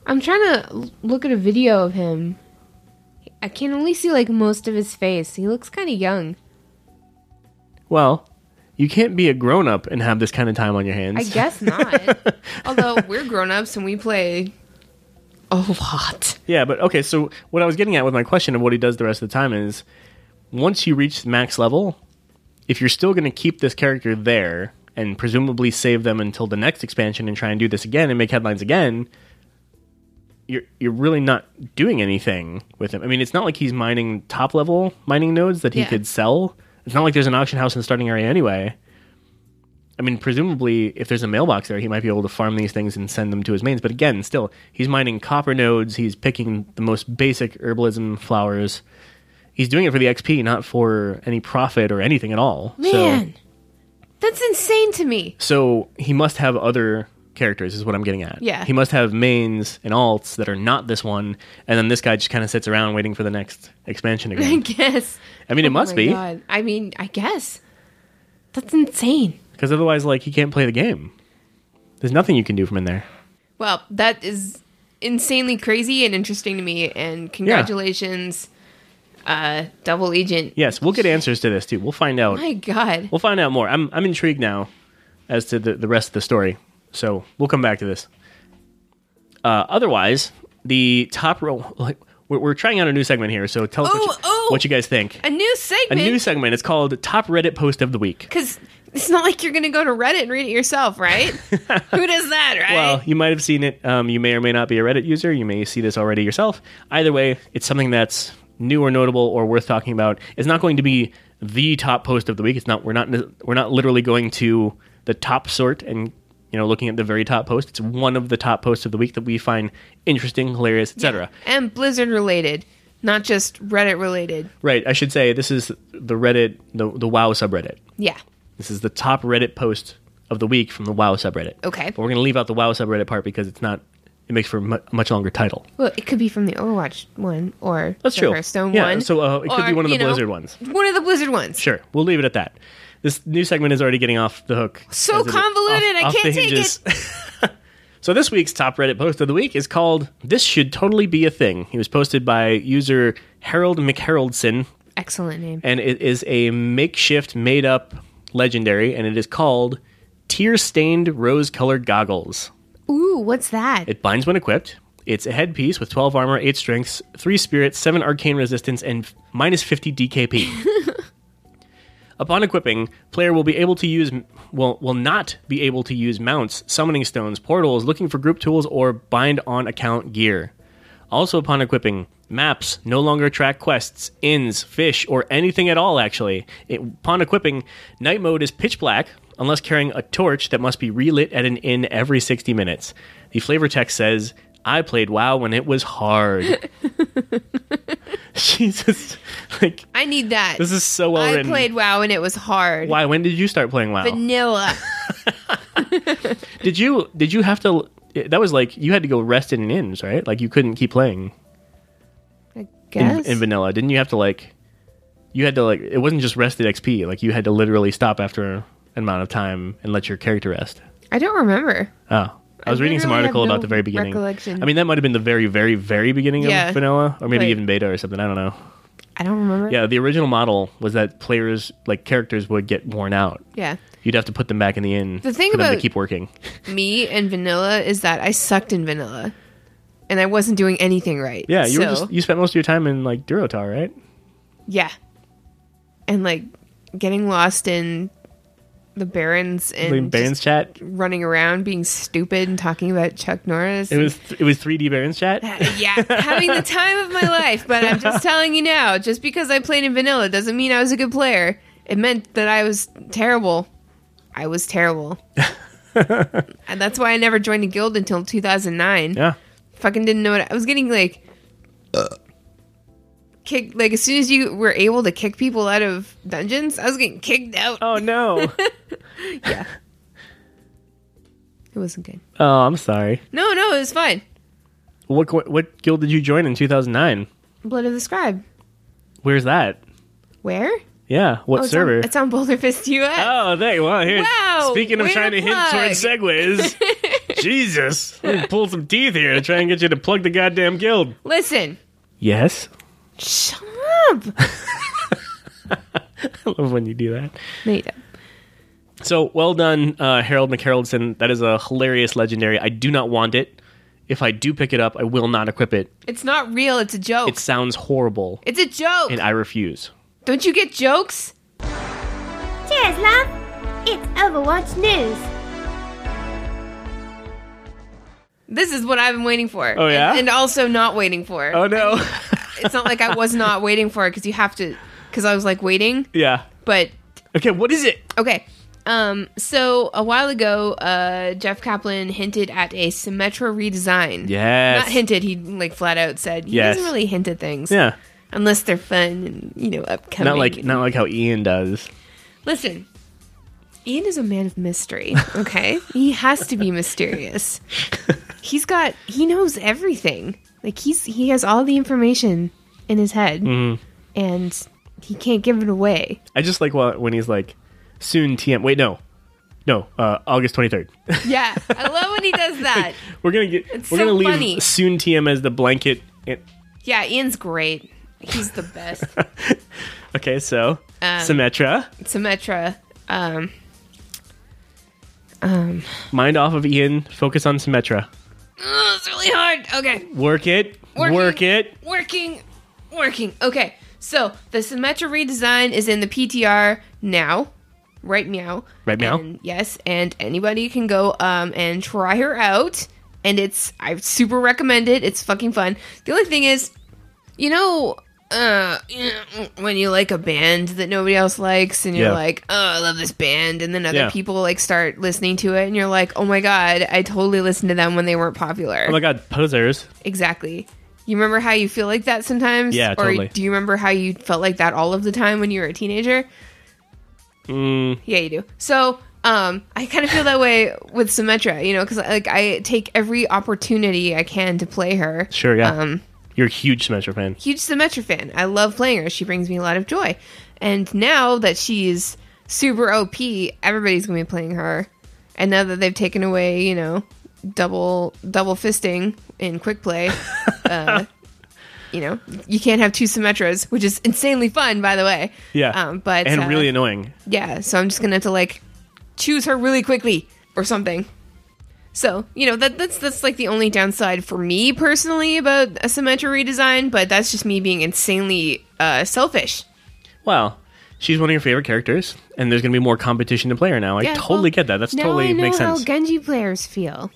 Speaker 3: I'm trying to l- look at a video of him. I can only see like most of his face. He looks kind of young.
Speaker 2: Well, you can't be a grown up and have this kind of time on your hands. <laughs>
Speaker 3: I guess not. Although we're grown ups and we play a lot.
Speaker 2: Yeah, but okay, so what I was getting at with my question of what he does the rest of the time is once you reach max level, if you're still going to keep this character there and presumably save them until the next expansion and try and do this again and make headlines again, you're you're really not doing anything with him. I mean, it's not like he's mining top level mining nodes that he
Speaker 3: Yeah.
Speaker 2: could sell. It's not like there's an auction house in the starting area anyway. I mean, presumably, if there's a mailbox there, he might be able to farm these things and send them to his mains. But again, still, he's mining copper nodes. He's picking the most basic herbalism flowers. He's doing it for the XP, not for any profit or anything at all. So-
Speaker 3: Man, that's insane to me. <laughs>
Speaker 2: so he must have other characters is what i'm getting at
Speaker 3: Yeah.
Speaker 2: he must have mains and alts that are not this one and then this guy just kind of sits around waiting for the next expansion
Speaker 3: I <laughs>
Speaker 2: again
Speaker 3: guess. Oh
Speaker 2: i mean it must
Speaker 3: my
Speaker 2: be
Speaker 3: God. I mean, I guess. That's insane.
Speaker 2: because otherwise like he can't play the game there's nothing you can do from in there
Speaker 3: Well, that is insanely crazy and interesting to me. And congratulations, uh, Double Agent.
Speaker 2: yes we'll get answers to this too we'll find out
Speaker 3: My God.
Speaker 2: we'll find out more i'm, I'm intrigued now as to the, the rest of the story so we'll come back to this uh, otherwise the top row like we're, we're trying out a new segment here so tell us what, you,
Speaker 3: Oh, oh.
Speaker 2: what you guys think
Speaker 3: A new
Speaker 2: a
Speaker 3: segment.
Speaker 2: new segment. It's called Top Reddit Post of the Week.
Speaker 3: Because it's not like you're going to go to Reddit and read it
Speaker 2: <laughs>
Speaker 3: yourself, right? Who does that, right?
Speaker 2: Well, you might have seen it. Um, you may or may not be a Reddit user. You may see this already yourself. Either way, it's something that's new or notable or worth talking about. It's not going to be the top post of the week. It's not. We're not. We're not literally going to the top sort and you know looking at the very top post. It's one of the top posts of the week that we find interesting, hilarious, etc.
Speaker 3: and Blizzard related, not just Reddit related.
Speaker 2: Right. I should say this is the Reddit, the the WoW subreddit.
Speaker 3: Yeah.
Speaker 2: This is the top Reddit post of the week from the WoW subreddit.
Speaker 3: Okay.
Speaker 2: But we're going to leave out the WoW subreddit part because it's not, it makes for a mu- much longer title.
Speaker 3: Well, it could be from the Overwatch one or
Speaker 2: That's
Speaker 3: the
Speaker 2: true.
Speaker 3: Hearthstone
Speaker 2: Yeah,
Speaker 3: one.
Speaker 2: so, uh, it could be one of the
Speaker 3: you know,
Speaker 2: Blizzard ones.
Speaker 3: One of the Blizzard ones.
Speaker 2: Sure. We'll leave it at that. This new segment is already getting off the hook.
Speaker 3: So
Speaker 2: as it-
Speaker 3: convoluted, I can't take
Speaker 2: it. <laughs> so this week's top Reddit post of the week is called This Should Totally Be a Thing. He was posted by user Harold McHaroldson,
Speaker 3: Excellent name.
Speaker 2: and it is a makeshift, made up legendary, and it is called Tear Stained Rose Colored Goggles.
Speaker 3: Ooh, what's that?
Speaker 2: It binds when equipped. It's a headpiece with 12 armor, 8 strengths, 3 spirit, 7 arcane resistance, and f- minus 50 DKP. Upon equipping, player will be able to use will will not be able to use mounts, summoning stones, portals, looking for group tools, or bind on account gear. Also, upon equipping, maps no longer track quests, inns, fish, or anything at all, actually. It- upon equipping, night mode is pitch black unless carrying a torch that must be relit at an inn every 60 minutes. The flavor text says, I played WoW when it was
Speaker 3: <laughs>
Speaker 2: hard. <laughs> Jesus. Like,
Speaker 3: I need that.
Speaker 2: this is so well
Speaker 3: I
Speaker 2: written.
Speaker 3: played WoW and it was hard.
Speaker 2: Why? When did you start playing WoW?
Speaker 3: Vanilla.
Speaker 2: did you did you have to? That was like you had to go rest in an inns, right? Like you couldn't keep playing
Speaker 3: I
Speaker 2: in,
Speaker 3: guess.
Speaker 2: in vanilla. Didn't you have to like? You had to like. It wasn't just rested XP. Like you had to literally stop after an amount of time and let your character rest.
Speaker 3: I don't remember.
Speaker 2: Oh. I was reading some
Speaker 3: literally have
Speaker 2: article
Speaker 3: no
Speaker 2: about the very beginning.
Speaker 3: recollection.
Speaker 2: I mean, that might have been the very, very, very beginning
Speaker 3: Yeah.
Speaker 2: of vanilla, or maybe
Speaker 3: Like-
Speaker 2: even beta or something. I don't know.
Speaker 3: I don't remember.
Speaker 2: Yeah, the original model was that players, like characters, would get worn out.
Speaker 3: Yeah.
Speaker 2: You'd have to put them back in the inn
Speaker 3: The thing
Speaker 2: for them
Speaker 3: about-
Speaker 2: to keep working.
Speaker 3: Me and vanilla is that I sucked in vanilla, and I wasn't doing anything right.
Speaker 2: Yeah, you were
Speaker 3: So-
Speaker 2: just, you spent most of your time in like Durotar, right?
Speaker 3: Yeah. And like getting lost in the barons and
Speaker 2: Like Baron's
Speaker 3: just
Speaker 2: chat.
Speaker 3: running around being stupid and talking about Chuck Norris.
Speaker 2: It
Speaker 3: <laughs>
Speaker 2: was it was 3D Baron's chat.
Speaker 3: yeah, having the time of my life, but I'm just telling you now, just because I played in vanilla doesn't mean I was a good player. It meant that I was terrible. I
Speaker 2: <laughs>
Speaker 3: was terrible. and that's why I never joined a guild until 2009.
Speaker 2: Yeah.
Speaker 3: Fucking didn't know what I was getting like kicked like as soon as you were Oh, able to kick people out of dungeons, I was getting kicked out.
Speaker 2: Oh no.
Speaker 3: Yeah. It wasn't good.
Speaker 2: <laughs> Oh, I'm sorry.
Speaker 3: No, no, it was fine.
Speaker 2: What what, what guild did you join in 2009?
Speaker 3: Blood of the Scribe.
Speaker 2: Where's that?
Speaker 3: Where?
Speaker 2: Yeah, what
Speaker 3: Oh, it's
Speaker 2: server?
Speaker 3: On, it's on Boulder Fist US.
Speaker 2: oh, there. Well, here.
Speaker 3: Wow,
Speaker 2: speaking of
Speaker 3: way
Speaker 2: trying
Speaker 3: to
Speaker 2: to hint
Speaker 3: plug.
Speaker 2: towards segues,
Speaker 3: <laughs>
Speaker 2: Jesus, let me pull some teeth here to try and get you to plug the goddamn guild.
Speaker 3: Listen.
Speaker 2: Yes, <laughs>
Speaker 3: Shut up.
Speaker 2: I love when you do that.
Speaker 3: no, you don't.
Speaker 2: So well done, uh, Harold McHaroldson. That is a hilarious legendary. I do not want it. If I do pick it up, I will not equip it.
Speaker 3: It's not real. It's a joke.
Speaker 2: It sounds horrible,
Speaker 3: It's a joke.
Speaker 2: and I refuse.
Speaker 3: Don't you get jokes?
Speaker 4: Cheers, love. It's Overwatch News.
Speaker 3: This is what I've been waiting for.
Speaker 2: Oh, yeah?
Speaker 3: And, and also not waiting for.
Speaker 2: Oh no.
Speaker 3: It's not like I was not waiting for it because you have to, because I was like waiting.
Speaker 2: <laughs> yeah.
Speaker 3: But
Speaker 2: Okay. What is it?
Speaker 3: okay. Um, so a while ago, uh, Jeff Kaplan hinted at a Symmetra redesign.
Speaker 2: Yes.
Speaker 3: Not hinted, he like flat out said he
Speaker 2: Yes.
Speaker 3: doesn't really hint at things.
Speaker 2: Yeah.
Speaker 3: Unless they're fun and, you know, upcoming.
Speaker 2: Not like not like how Ian does. <laughs>
Speaker 3: Listen, Ian is a man of mystery, okay? he has to be mysterious. He's got, he knows everything. Like, he's, he has all the information in his head, and he can't give it away.
Speaker 2: I just like wh- when he's like, soon TM. Wait, no, no, uh, August twenty third.
Speaker 3: Yeah, I love when he <laughs> does that.
Speaker 2: <laughs> we're gonna get.
Speaker 3: It's
Speaker 2: we're
Speaker 3: so
Speaker 2: gonna leave
Speaker 3: funny.
Speaker 2: soon TM as the blanket. And,
Speaker 3: Yeah, Ian's great. He's the best.
Speaker 2: okay, so
Speaker 3: Um,
Speaker 2: Symmetra,
Speaker 3: Symmetra, um,
Speaker 2: mind off of Ian, focus on Symmetra.
Speaker 3: ugh, it's really hard. Okay.
Speaker 2: Work it,
Speaker 3: Working.
Speaker 2: work it.
Speaker 3: working, working. Okay, so the Symmetra redesign is in the PTR now. Right meow.
Speaker 2: Right meow?
Speaker 3: And yes, and anybody can go um, and try her out. And it's I super recommend it. It's fucking fun. The only thing is, you know, uh, when you like a band that nobody else likes, and you're
Speaker 2: Yeah.
Speaker 3: like, oh, I love this band, and then other
Speaker 2: Yeah.
Speaker 3: people like start listening to it, and you're like, oh my god, I totally listened to them when they weren't popular.
Speaker 2: Oh my god, posers.
Speaker 3: Exactly. You remember how you feel like that sometimes?
Speaker 2: Yeah,
Speaker 3: or
Speaker 2: totally.
Speaker 3: do you remember how you felt like that all of the time when you were a teenager?
Speaker 2: Mm,
Speaker 3: Yeah, you do. So, um, I kind of feel that way with Symmetra, you know, because like I take every opportunity I can to play her.
Speaker 2: sure, yeah.
Speaker 3: Um,
Speaker 2: You're a huge Symmetra fan.
Speaker 3: huge Symmetra fan. I love playing her. She brings me a lot of joy. And now that she's super OP, everybody's gonna be playing her. And now that they've taken away, you know, double double fisting in quick
Speaker 2: <laughs>
Speaker 3: play, uh, you know, you can't have two Symmetras, which is insanely fun, by the way.
Speaker 2: Yeah,
Speaker 3: Um, but
Speaker 2: and
Speaker 3: uh,
Speaker 2: really annoying.
Speaker 3: yeah, so I'm just gonna have to like choose her really quickly or something. So you know that that's that's like the only downside for me personally about a Symmetra redesign, but that's just me being insanely uh, selfish.
Speaker 2: Well, she's one of your favorite characters, and there's gonna be more competition to play her now. I
Speaker 3: Yeah,
Speaker 2: totally
Speaker 3: well,
Speaker 2: get that. That's totally
Speaker 3: now I know
Speaker 2: makes
Speaker 3: how
Speaker 2: sense.
Speaker 3: Genji players feel,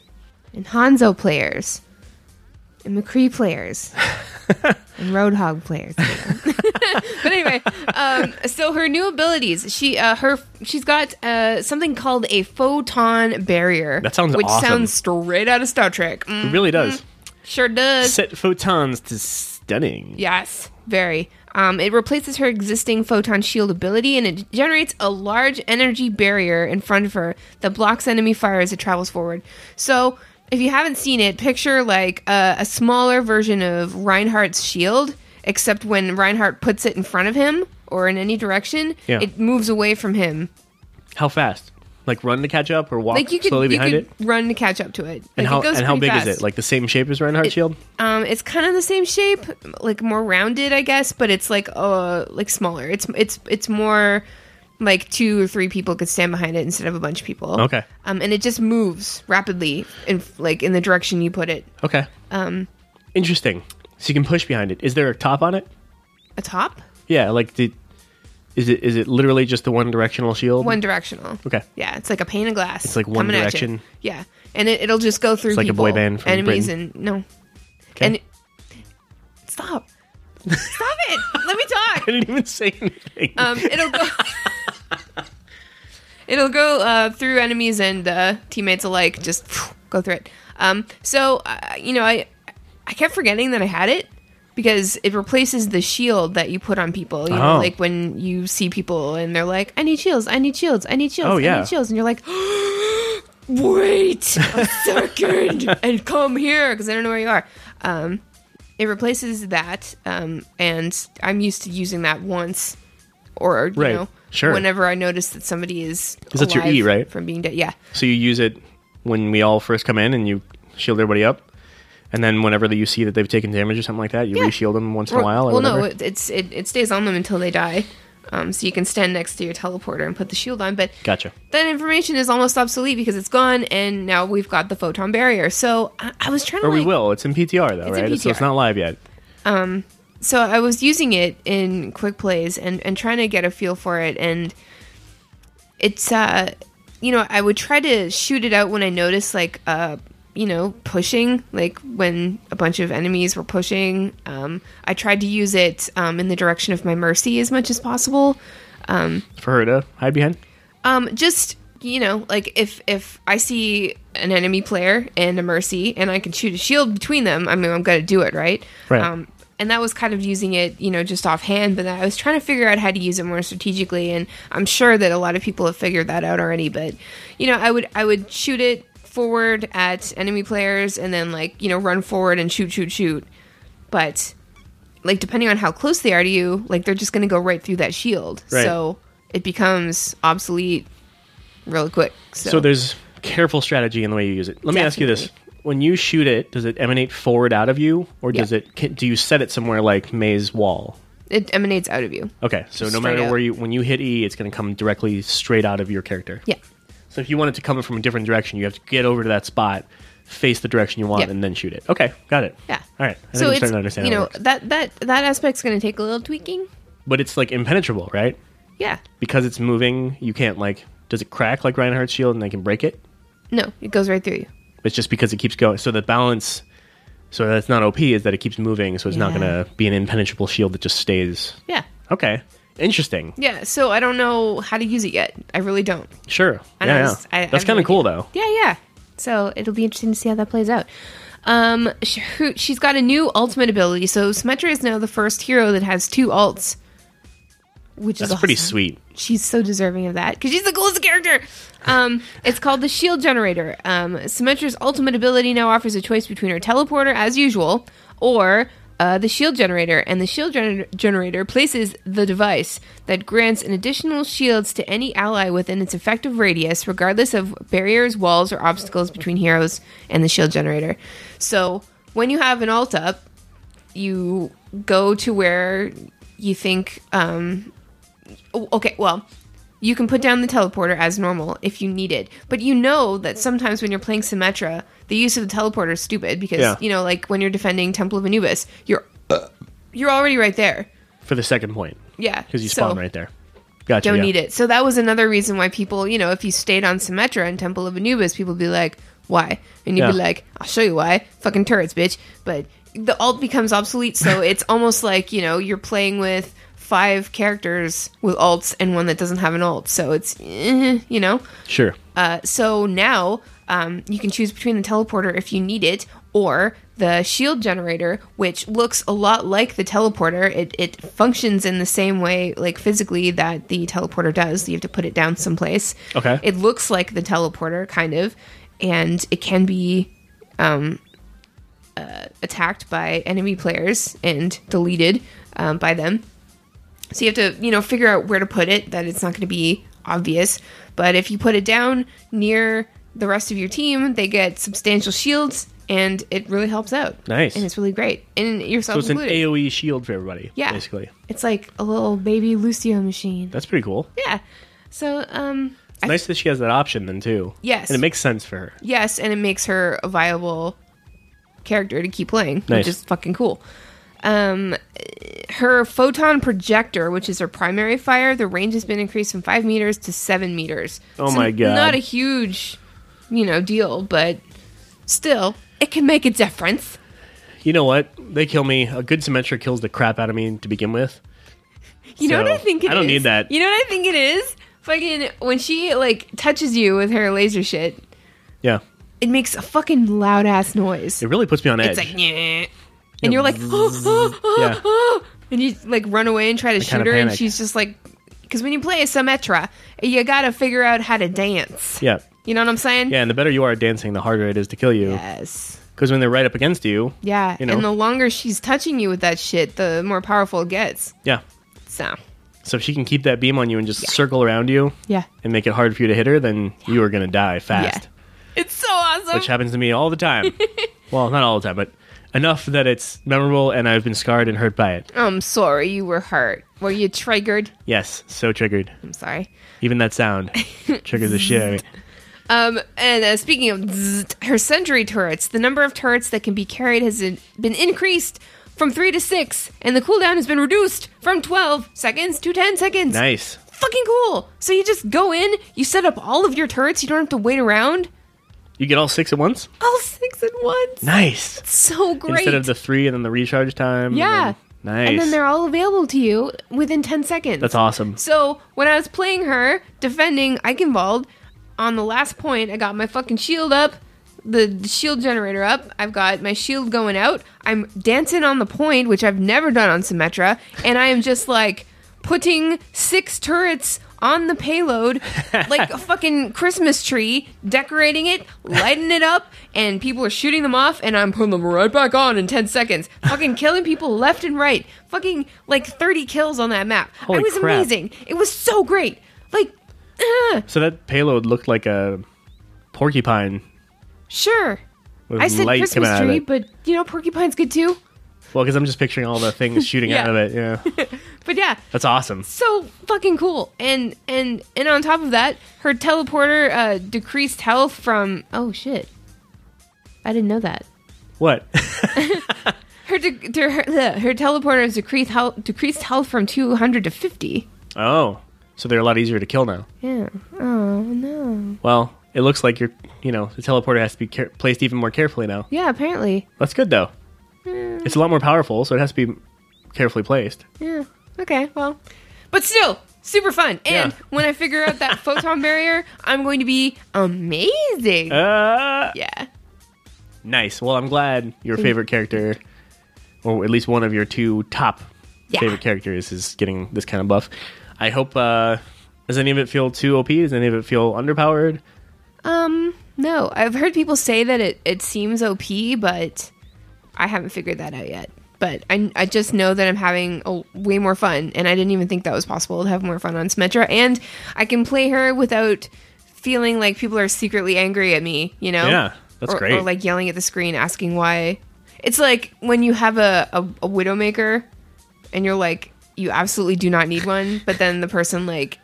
Speaker 3: and Hanzo players, and
Speaker 2: <laughs>
Speaker 3: McCree players, and Roadhog players.
Speaker 2: <laughs>
Speaker 3: but anyway, um, so her new abilities, she uh, her she's got uh, something called a photon barrier.
Speaker 2: That sounds
Speaker 3: which
Speaker 2: awesome.
Speaker 3: sounds straight out of Star Trek. Mm,
Speaker 2: it really does.
Speaker 3: sure does.
Speaker 2: Set photons to stunning.
Speaker 3: Yes, very. Um, it replaces her existing photon shield ability and it generates a large energy barrier in front of her that blocks enemy fire as it travels forward. So, if you haven't seen it, picture like a, a smaller version of Reinhardt's shield, except when Reinhardt puts it in front of him or in any direction,
Speaker 2: Yeah.
Speaker 3: it moves away from him.
Speaker 2: How fast? Like run to catch up or walk
Speaker 3: Like you could,
Speaker 2: slowly
Speaker 3: you
Speaker 2: behind
Speaker 3: could
Speaker 2: it?
Speaker 3: run to catch up to it.
Speaker 2: And
Speaker 3: Like,
Speaker 2: how
Speaker 3: it goes
Speaker 2: and how
Speaker 3: pretty
Speaker 2: big
Speaker 3: fast.
Speaker 2: is it? Like the same shape as Reinhardt Shield?
Speaker 3: Um, it's kind of the same shape, like more rounded, I guess, but it's like uh like smaller. It's it's it's more like two or three people could stand behind it instead of a bunch of people.
Speaker 2: Okay.
Speaker 3: Um, and it just moves rapidly in like in the direction you put it.
Speaker 2: Okay. Um interesting. So you can push behind it. Is there a top on it?
Speaker 3: A top,
Speaker 2: Yeah, like the is it is it literally just the one directional shield?
Speaker 3: one directional.
Speaker 2: Okay.
Speaker 3: Yeah, it's like a pane of glass.
Speaker 2: It's like one
Speaker 3: coming at you.
Speaker 2: direction.
Speaker 3: Yeah, and it, it'll just go through
Speaker 2: like a
Speaker 3: people,
Speaker 2: boy band from
Speaker 3: enemies,
Speaker 2: Britain.
Speaker 3: and no,
Speaker 2: Okay.
Speaker 3: and stop, stop
Speaker 2: <laughs>
Speaker 3: it. Let me
Speaker 2: I
Speaker 3: talk.
Speaker 2: didn't even say anything.
Speaker 3: Um, it'll go. <laughs> it'll go uh, through enemies and uh, teammates alike. Just phew, go through it. Um, so uh, you know, I I kept forgetting that I had it because it replaces the shield that you put on people. You know,
Speaker 2: Oh.
Speaker 3: like when you see people and they're like, <gasps> "I need shields. I need shields. I need shields.
Speaker 2: Oh,
Speaker 3: I
Speaker 2: yeah.
Speaker 3: need shields," and you're like. wait a second
Speaker 2: <laughs>
Speaker 3: and come here because I don't know where you are. Um, it replaces that, um, and I'm used to using that once or you
Speaker 2: Right.
Speaker 3: know
Speaker 2: Sure.
Speaker 3: whenever I notice that somebody is.
Speaker 2: 'Cause that's your
Speaker 3: alive
Speaker 2: E, right?
Speaker 3: From being dead, yeah.
Speaker 2: So you use it when we all first come in and you shield everybody up. And then whenever that you see that they've taken damage or something like that, you
Speaker 3: Yeah.
Speaker 2: reshield them once in a while or
Speaker 3: well,
Speaker 2: whatever.
Speaker 3: no, it, it's it, it stays on them until they die. Um, so you can stand next to your teleporter and put the shield on, but
Speaker 2: Gotcha.
Speaker 3: that information is almost obsolete because it's gone, and now we've got the photon barrier. So I, I was trying to
Speaker 2: Or we
Speaker 3: like-
Speaker 2: will. It's in PTR though,
Speaker 3: It's in
Speaker 2: right? So it's
Speaker 3: PTR.
Speaker 2: not live yet.
Speaker 3: so I was using it in quick plays and, and trying to get a feel for it and it's uh you know I would try to shoot it out when I noticed like uh you know pushing like when a bunch of enemies were pushing um I tried to use it um in the direction of my mercy as much as possible
Speaker 2: For her to hide behind.
Speaker 3: um just you know like if if I see an enemy player and a mercy and I can shoot a shield between them I mean I'm gonna do it right
Speaker 2: Right.
Speaker 3: um and that was kind of using it you know just offhand but I was trying to figure out how to use it more strategically and I'm sure that a lot of people have figured that out already but you know I would I would shoot it forward at enemy players and then like you know run forward and shoot shoot shoot but like depending on how close they are to you like they're just gonna go right through that shield
Speaker 2: Right.
Speaker 3: so it becomes obsolete really quick. So,
Speaker 2: So there's careful strategy in the way you use it. Let me ask you this: when you shoot it, does it emanate forward out of you, or does
Speaker 3: Yeah.
Speaker 2: it? Can, do you set it somewhere like maze wall?
Speaker 3: it emanates out of you.
Speaker 2: Okay, so no
Speaker 3: Straight
Speaker 2: matter
Speaker 3: out.
Speaker 2: where you when you hit E, it's going to come directly straight out of your character.
Speaker 3: Yeah.
Speaker 2: So if you want it to come from a different direction, you have to get over to that spot, face the direction you want,
Speaker 3: Yeah.
Speaker 2: and then shoot it. Okay, got it.
Speaker 3: Yeah.
Speaker 2: All right. I
Speaker 3: so
Speaker 2: think I'm
Speaker 3: it's
Speaker 2: starting to understand.
Speaker 3: you
Speaker 2: how it
Speaker 3: know
Speaker 2: works.
Speaker 3: that that that aspect's going to take a little tweaking.
Speaker 2: but it's like impenetrable, right?
Speaker 3: Yeah.
Speaker 2: Because it's moving, you can't like. Does it crack like Reinhardt's shield, and they can break it?
Speaker 3: No, it goes right through you.
Speaker 2: It's just because it keeps going. So the balance, so that's not OP, is that it keeps moving. So it's not
Speaker 3: Yeah.
Speaker 2: going to be an impenetrable shield that just stays.
Speaker 3: Yeah.
Speaker 2: Okay. Interesting.
Speaker 3: Yeah. So I don't know how to use it yet. I really don't.
Speaker 2: Sure.
Speaker 3: I
Speaker 2: yeah,
Speaker 3: know,
Speaker 2: yeah.
Speaker 3: it's- I-
Speaker 2: that's
Speaker 3: I've
Speaker 2: kind
Speaker 3: no
Speaker 2: of cool,
Speaker 3: idea.
Speaker 2: though.
Speaker 3: Yeah, yeah. So it'll be interesting to see how that plays out. Um, shoot, she's got a new ultimate ability. So Symmetra is now the first hero that has two alts, which
Speaker 2: That's
Speaker 3: is
Speaker 2: pretty
Speaker 3: awesome.
Speaker 2: sweet.
Speaker 3: she's so deserving of that because she's the coolest character. Um, it's called the Shield Generator. Um, Symmetra's ultimate ability now offers a choice between her teleporter, as usual, or uh, the shield generator, and the shield gener- generator places the device that grants an additional shields to any ally within its effective radius, regardless of barriers, walls, or obstacles between heroes and the shield generator. So when you have an alt up, you go to where you think um, Oh, okay, well, you can put down the teleporter as normal if you need it. But you know that sometimes when you're playing Symmetra, the use of the teleporter is stupid because,
Speaker 2: Yeah.
Speaker 3: you know, like when you're defending Temple of Anubis, you're you're already right there.
Speaker 2: For the second point,
Speaker 3: Yeah.
Speaker 2: because you
Speaker 3: so
Speaker 2: spawn right there. Gotcha.
Speaker 3: Don't
Speaker 2: yeah.
Speaker 3: need it. So that was another reason why people, you know, if you stayed on Symmetra and Temple of Anubis, people would be like, why? And you'd be
Speaker 2: Yeah.
Speaker 3: like, I'll show you why. Fucking turrets, bitch. But the alt becomes
Speaker 2: <laughs>
Speaker 3: obsolete. So it's almost like, you know, you're playing with five characters with alts and one that doesn't have an alt. So it's, eh, you know?
Speaker 2: Sure.
Speaker 3: Uh, so now um, you can choose between the teleporter if you need it or the shield generator, which looks a lot like the teleporter. It, it functions in the same way, like physically, that the teleporter does. You have to put it down someplace.
Speaker 2: Okay.
Speaker 3: It looks like the teleporter, kind of, and it can be um, uh, attacked by enemy players and deleted um, by them. So you have to, you know, figure out where to put it that it's not going to be obvious. But if you put it down near the rest of your team, they get substantial shields and it really helps out.
Speaker 2: Nice.
Speaker 3: And it's really great. And
Speaker 2: So
Speaker 3: yourself
Speaker 2: it's an
Speaker 3: included.
Speaker 2: AoE shield for everybody.
Speaker 3: yeah.
Speaker 2: Basically.
Speaker 3: It's like a little baby Lucio machine.
Speaker 2: That's pretty cool.
Speaker 3: Yeah. So, um,
Speaker 2: It's nice that she has that option then too.
Speaker 3: Yes.
Speaker 2: And it makes sense for her.
Speaker 3: yes, and it makes her a viable character to keep playing,
Speaker 2: Nice.
Speaker 3: which is fucking cool. Um, her photon projector, which is her primary fire, the range has been increased from five meters to seven meters.
Speaker 2: Oh my God.
Speaker 3: Not a huge, you know, deal, but still, it can make a difference.
Speaker 2: You know what? They kill me. A good Symmetra kills the crap out of me to begin with.
Speaker 3: You know
Speaker 2: So,
Speaker 3: what I think it is?
Speaker 2: I don't need that.
Speaker 3: You know what I think it is? Fucking when she like touches you with her laser shit,
Speaker 2: Yeah.
Speaker 3: it makes a fucking loud ass noise.
Speaker 2: It really puts me on edge.
Speaker 3: It's like yeah. And you're like, oh, oh, oh,
Speaker 2: Yeah.
Speaker 3: oh," and you like run away and try to shoot
Speaker 2: kinda
Speaker 3: her, and
Speaker 2: panic.
Speaker 3: she's just like, because when you play a Symmetra, you gotta figure out how to dance.
Speaker 2: yeah.
Speaker 3: You know what I'm saying?
Speaker 2: Yeah, and the better you are at dancing, the harder it is to kill you.
Speaker 3: Yes.
Speaker 2: Because when they're right up against you,
Speaker 3: Yeah.
Speaker 2: You know.
Speaker 3: And the longer she's touching you with that shit, the more powerful it gets.
Speaker 2: yeah.
Speaker 3: So,
Speaker 2: So if she can keep that beam on you and just circle around you
Speaker 3: yeah.
Speaker 2: and make it hard for you to hit her, then you are going to die fast.
Speaker 3: Yeah. It's so awesome.
Speaker 2: Which happens to me all the
Speaker 3: <laughs>
Speaker 2: time. well, not all the time, but enough that it's memorable and I've been scarred and hurt by it.
Speaker 3: I'm sorry you were hurt. Were you triggered?
Speaker 2: Yes, so triggered.
Speaker 3: I'm sorry.
Speaker 2: Even that sound
Speaker 3: <laughs>
Speaker 2: triggers the shit out of me.
Speaker 3: Um, and uh, speaking of zzzt, her sentry turrets, the number of turrets that can be carried has in- been increased from three to six, and the cooldown has been reduced from 12 seconds to 10 seconds.
Speaker 2: Nice.
Speaker 3: Fucking cool. So you just go in, you set up all of your turrets, you don't have to wait around.
Speaker 2: You get all six at once?
Speaker 3: All six at once.
Speaker 2: Nice.
Speaker 3: So great.
Speaker 2: Instead of the three and then the recharge time. and
Speaker 3: Yeah.
Speaker 2: then- nice.
Speaker 3: And then they're all available to you within 10 seconds.
Speaker 2: That's awesome.
Speaker 3: So when I was playing her, defending Eichenwald, on the last point, I got my fucking shield up, the shield generator up. I've got my shield going out. I'm dancing on the point, which I've never done on Symmetra, and I am just like putting six turrets on the payload like a fucking Christmas tree, decorating it, lighting it up, and people are shooting them off, and I'm putting them right back on in 10 seconds. Fucking killing people left and right. Fucking like 30 kills on that map.
Speaker 2: Holy
Speaker 3: it was
Speaker 2: crap.
Speaker 3: amazing. It was so great. Like, uh,
Speaker 2: So that payload looked like a porcupine
Speaker 3: sure.
Speaker 2: with
Speaker 3: I said
Speaker 2: light coming
Speaker 3: Christmas
Speaker 2: out of
Speaker 3: tree,
Speaker 2: it.
Speaker 3: but you know, porcupine's good too.
Speaker 2: Well, because I'm just picturing all the
Speaker 3: <laughs>
Speaker 2: things shooting
Speaker 3: Yeah.
Speaker 2: out of it.
Speaker 3: <laughs>
Speaker 2: Yeah,
Speaker 3: But yeah,
Speaker 2: that's awesome.
Speaker 3: so fucking cool. And and and on top of that, her teleporter uh, decreased health from oh shit. I didn't know that.
Speaker 2: What? <laughs>
Speaker 3: Her de- de- her, bleh, her teleporter has decreased health decreased health from 200 to 50.
Speaker 2: oh, so they're a lot easier to kill now.
Speaker 3: Yeah. Oh no.
Speaker 2: Well, it looks like you're, you know, the teleporter has to be care- placed even more carefully now.
Speaker 3: Yeah, apparently.
Speaker 2: That's good though.
Speaker 3: Mm.
Speaker 2: It's a lot more powerful, so it has to be carefully placed.
Speaker 3: Yeah. Okay. Well, but still super fun. And
Speaker 2: Yeah.
Speaker 3: when I figure
Speaker 2: <laughs>
Speaker 3: out that photon barrier, I'm going to be amazing.
Speaker 2: Uh,
Speaker 3: yeah.
Speaker 2: nice. Well, I'm glad your favorite character, or at least one of your two top
Speaker 3: Yeah.
Speaker 2: favorite characters, is getting this kind of buff. I hope. uh Does any of it feel too OP? Does any of it feel underpowered?
Speaker 3: Um, no. I've heard people say that it, it seems OP, but I haven't figured that out yet. But I, I just know that I'm having a, way more fun, and I didn't even think that was possible to have more fun on Symmetra. And I can play her without feeling like people are secretly angry at me, you know?
Speaker 2: Yeah, that's
Speaker 3: or,
Speaker 2: great.
Speaker 3: Or like yelling at the screen, asking why. It's like when you have a, a, a Widowmaker and you're like, you absolutely do not need one, but then the person like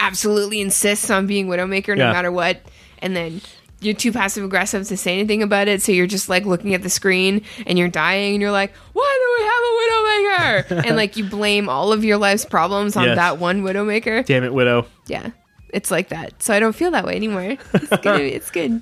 Speaker 3: absolutely insists on being Widowmaker no
Speaker 2: Yeah.
Speaker 3: matter what, and then you're too passive aggressive to say anything about it, so you're just like looking at the screen and you're dying, and you're like, why do we have
Speaker 2: <laughs>
Speaker 3: a Widowmaker? and like you blame all of your life's problems on
Speaker 2: Yes.
Speaker 3: that one Widowmaker.
Speaker 2: Damn it, Widow.
Speaker 3: Yeah, it's like that. So I don't feel that way anymore. It's good. it's good.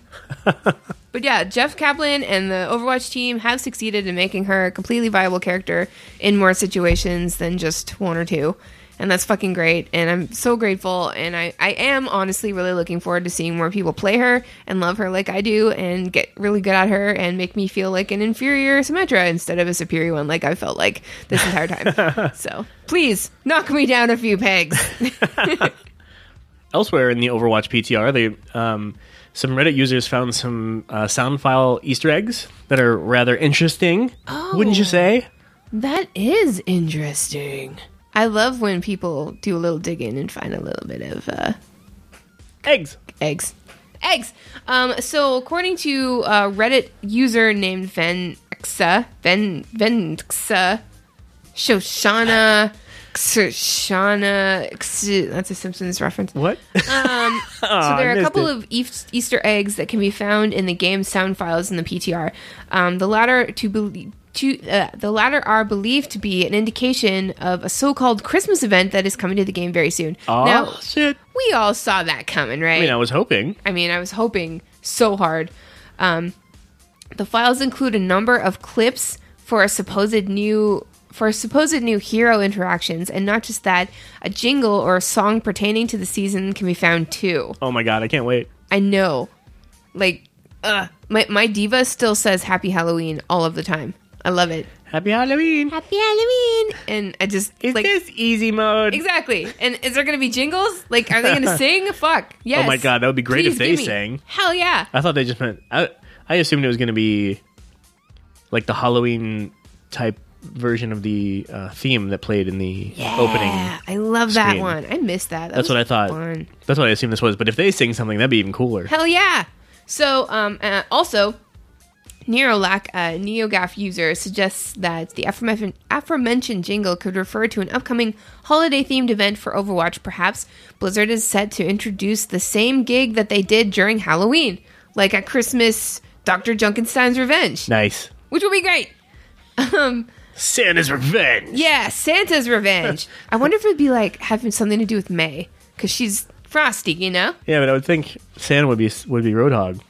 Speaker 3: But yeah, Jeff Kaplan and the Overwatch team have succeeded in making her a completely viable character in more situations than just one or two. And that's fucking great. And I'm so grateful. And I, I am honestly really looking forward to seeing more people play her and love her like I do and get really good at her and make me feel like an inferior Symmetra instead of a superior one like I felt like this entire time. so please knock me down a few pegs.
Speaker 2: elsewhere in the Overwatch PTR, they um, some Reddit users found some uh, sound file Easter eggs that are rather interesting.
Speaker 3: Oh.
Speaker 2: Wouldn't you say?
Speaker 3: That is interesting. I love when people do a little digging and find a little bit of uh,
Speaker 2: Eggs.
Speaker 3: eggs. Eggs. Um, so according to uh, Reddit user named Venxa, Ven Venxa, Shoshana, Xoshana. X- that's a Simpsons reference. <laughs>
Speaker 2: What?
Speaker 3: Um, so
Speaker 2: Aw, Ah,
Speaker 3: there
Speaker 2: I
Speaker 3: are a
Speaker 2: missed
Speaker 3: couple
Speaker 2: it.
Speaker 3: of eas- Easter eggs that can be found in the game's sound files in the PTR. Um, the latter to believe. To, uh, the latter are believed to be an indication of a so-called Christmas event that is coming to the game very soon.
Speaker 2: Aw,
Speaker 3: now,
Speaker 2: shit.
Speaker 3: we all saw that coming, right?
Speaker 2: I mean, I was hoping.
Speaker 3: I mean, I was hoping so hard. Um, the files include a number of clips for a supposed new for supposed new hero interactions, and not just that, a jingle or a song pertaining to the season can be found too.
Speaker 2: Oh my god, I can't wait.
Speaker 3: I know, like, uh, my my diva still says Happy Halloween all of the time. I love it.
Speaker 2: Happy Halloween!
Speaker 3: Happy Halloween. And I just
Speaker 2: Is
Speaker 3: like
Speaker 2: this easy mode?
Speaker 3: exactly. And is there going to be jingles? Like, are
Speaker 2: <laughs>
Speaker 3: they going to sing? Fuck yes.
Speaker 2: Oh my god, that would be great
Speaker 3: Please
Speaker 2: if they
Speaker 3: give me-
Speaker 2: sang.
Speaker 3: Hell yeah.
Speaker 2: I thought they just meant. I, I assumed it was going to be like the Halloween type version of the uh, theme that played in the opening.
Speaker 3: Yeah, I love that
Speaker 2: screen.
Speaker 3: one. I missed that. that
Speaker 2: That's
Speaker 3: was
Speaker 2: what I thought.
Speaker 3: fun.
Speaker 2: That's what I assumed this was. But if they sing something, that'd be even cooler.
Speaker 3: Hell yeah! So, um, uh, also, Neurolac, a NeoGAF user, suggests that the aforementioned, aforementioned jingle could refer to an upcoming holiday-themed event for Overwatch. Perhaps Blizzard is set to introduce the same gig that they did during Halloween, like at Christmas, Doctor Junkenstein's Revenge,
Speaker 2: Nice.
Speaker 3: which would be great. Um,
Speaker 2: Santa's revenge.
Speaker 3: yeah, Santa's Revenge. I wonder if it'd be like having something to do with May, because she's frosty, you know.
Speaker 2: Yeah, but I would think Santa would be would be Roadhog.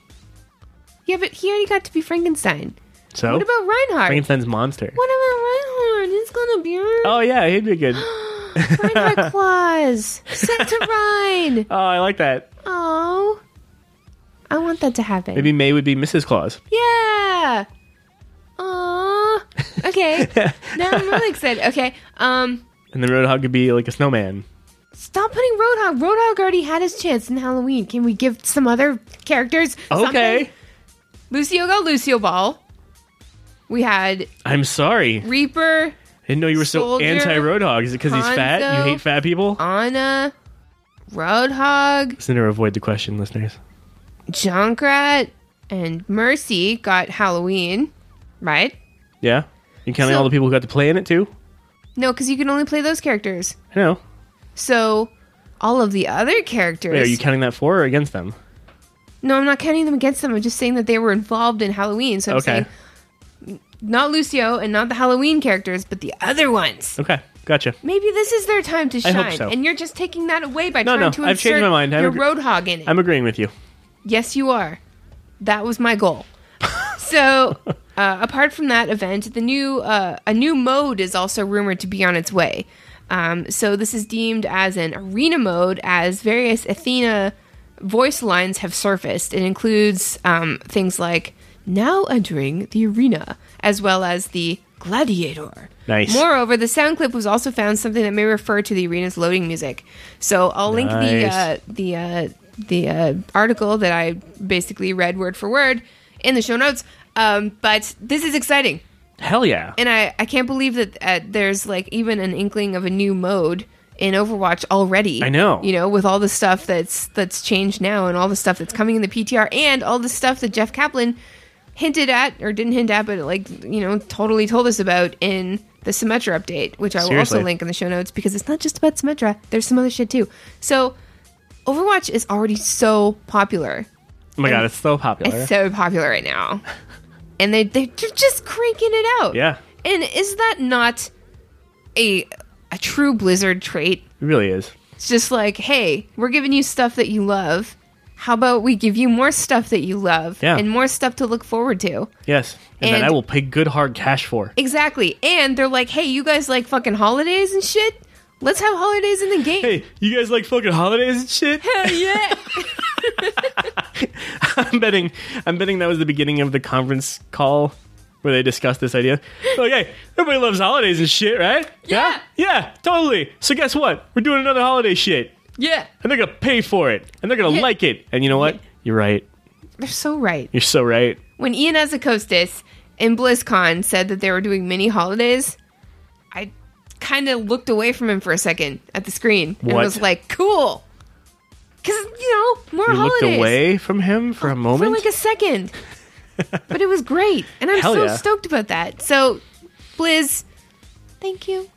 Speaker 3: Yeah, but he already got to be Frankenstein.
Speaker 2: So
Speaker 3: What about Reinhardt?
Speaker 2: Frankenstein's monster?
Speaker 3: What about Reinhardt? He's gonna be
Speaker 2: Oh yeah, he'd be good. <laughs>
Speaker 3: Reinhardt Claus sent to Rhine.
Speaker 2: Oh, I like that.
Speaker 3: Oh, I want that to happen.
Speaker 2: Maybe May would be Mrs. Claus.
Speaker 3: Yeah. Aww.
Speaker 2: <laughs>
Speaker 3: Okay. now I'm really excited. Okay. Um,
Speaker 2: And then Roadhog could be like a snowman.
Speaker 3: stop putting Roadhog. Roadhog already had his chance in Halloween. Can we give some other characters? something?
Speaker 2: Okay.
Speaker 3: Lucio got Lucio Ball. We had
Speaker 2: I'm sorry.
Speaker 3: Reaper,
Speaker 2: Didn't know you were so
Speaker 3: Soldier,
Speaker 2: anti Roadhog. Is it because he's fat?
Speaker 3: Hanzo.
Speaker 2: You hate fat people?
Speaker 3: Anna, Roadhog.
Speaker 2: Listener, avoid the question, listeners.
Speaker 3: Junkrat and Mercy got Halloween, right?
Speaker 2: Yeah? You counting
Speaker 3: So-
Speaker 2: all the people who got to play in it too?
Speaker 3: No, because you can only play those characters.
Speaker 2: I know.
Speaker 3: So all of the other characters.
Speaker 2: Wait, are you counting that for or against them?
Speaker 3: no, I'm not counting them against them. I'm just saying that they were involved in Halloween. So I'm
Speaker 2: Okay.
Speaker 3: saying not Lucio and not the Halloween characters, but the other ones.
Speaker 2: Okay. Gotcha.
Speaker 3: Maybe this is their time to
Speaker 2: I
Speaker 3: shine,
Speaker 2: hope so.
Speaker 3: and you're just taking that away by
Speaker 2: No,
Speaker 3: trying
Speaker 2: no,
Speaker 3: to insert
Speaker 2: I've changed my mind. I'm
Speaker 3: your
Speaker 2: agree-
Speaker 3: Roadhog in it.
Speaker 2: I'm agreeing with you.
Speaker 3: Yes, you are. That was my goal. so, uh, apart from that event, the new uh, a new mode is also rumored to be on its way. Um, so this is deemed as an arena mode, as various Athena voice lines have surfaced. It includes um, things like "Now entering the arena," as well as the gladiator.
Speaker 2: Nice.
Speaker 3: Moreover, the sound clip was also found something that may refer to the arena's loading music. So I'll link the
Speaker 2: Nice.
Speaker 3: uh, the uh, the uh, article that I basically read word for word in the show notes. Um, but this is exciting,
Speaker 2: Hell yeah.
Speaker 3: and I I can't believe that uh, there's like even an inkling of a new mode in Overwatch already.
Speaker 2: I know.
Speaker 3: you know, with all the stuff that's that's changed now, and all the stuff that's coming in the PTR, and all the stuff that Jeff Kaplan hinted at or didn't hint at, but like you know, totally told us about in. The Symmetra update, which I will also
Speaker 2: Seriously.
Speaker 3: link in the show notes because it's not just about Symmetra. There's some other shit too. So Overwatch is already so popular.
Speaker 2: oh my god, it's so popular.
Speaker 3: It's so popular right now. And they, they're just cranking it out.
Speaker 2: yeah.
Speaker 3: And is that not a, a true Blizzard trait?
Speaker 2: It really is.
Speaker 3: It's just like, hey, we're giving you stuff that you love. How about we give you more stuff that you love
Speaker 2: Yeah.
Speaker 3: and more stuff to look forward to?
Speaker 2: Yes. And,
Speaker 3: And-
Speaker 2: that I will pay good hard cash for.
Speaker 3: Exactly. And they're like, hey, you guys like fucking holidays and shit? Let's have holidays in the game.
Speaker 2: Hey, you guys like fucking holidays and shit?
Speaker 3: Hell <laughs> yeah.
Speaker 2: <laughs> I'm betting I'm betting that was the beginning of the conference call where they discussed this idea. Like, hey, Oh, everybody loves holidays and shit, right?
Speaker 3: Yeah.
Speaker 2: Yeah, totally. So guess what? We're doing another holiday shit.
Speaker 3: yeah.
Speaker 2: And they're gonna pay for it. And they're gonna
Speaker 3: Yeah.
Speaker 2: like it. And you know what? You're right.
Speaker 3: They're so right.
Speaker 2: You're so right.
Speaker 3: when Ian Ezekostas in BlizzCon said that they were doing mini holidays, I kind of looked away from him for a second at the screen and
Speaker 2: What?
Speaker 3: was like, "Cool," because you know more
Speaker 2: You
Speaker 3: holidays.
Speaker 2: looked away from him for a
Speaker 3: for
Speaker 2: moment.
Speaker 3: like
Speaker 2: <laughs>
Speaker 3: a second, but it was great, and I'm
Speaker 2: Hell
Speaker 3: so
Speaker 2: yeah.
Speaker 3: stoked about that. So, Blizz, thank you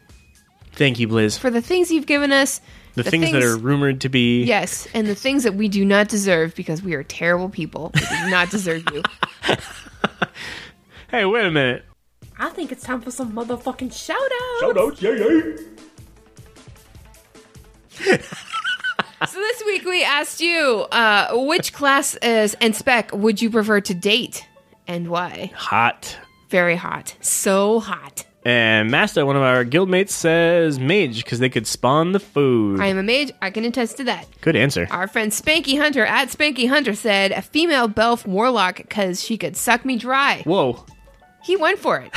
Speaker 2: Thank you, Blizz.
Speaker 3: for the things you've given us.
Speaker 2: the things, that are rumored to be
Speaker 3: Yes, and the things that we do not deserve because we are terrible people. We do not deserve
Speaker 2: <laughs>
Speaker 3: you.
Speaker 2: Hey, wait a minute.
Speaker 5: I think it's time for some motherfucking shout out.
Speaker 3: So this week we asked you uh, which class is and spec would you prefer to date and why?
Speaker 2: Hot.
Speaker 3: Very hot, so hot.
Speaker 2: And Master, one of our guildmates, says mage because they could spawn the food.
Speaker 3: I am a mage. I can attest to that.
Speaker 2: Good answer.
Speaker 3: Our friend Spanky Hunter at Spanky Hunter said a female belf warlock because she could suck me dry.
Speaker 2: Whoa.
Speaker 3: He went
Speaker 2: <laughs>
Speaker 3: for it.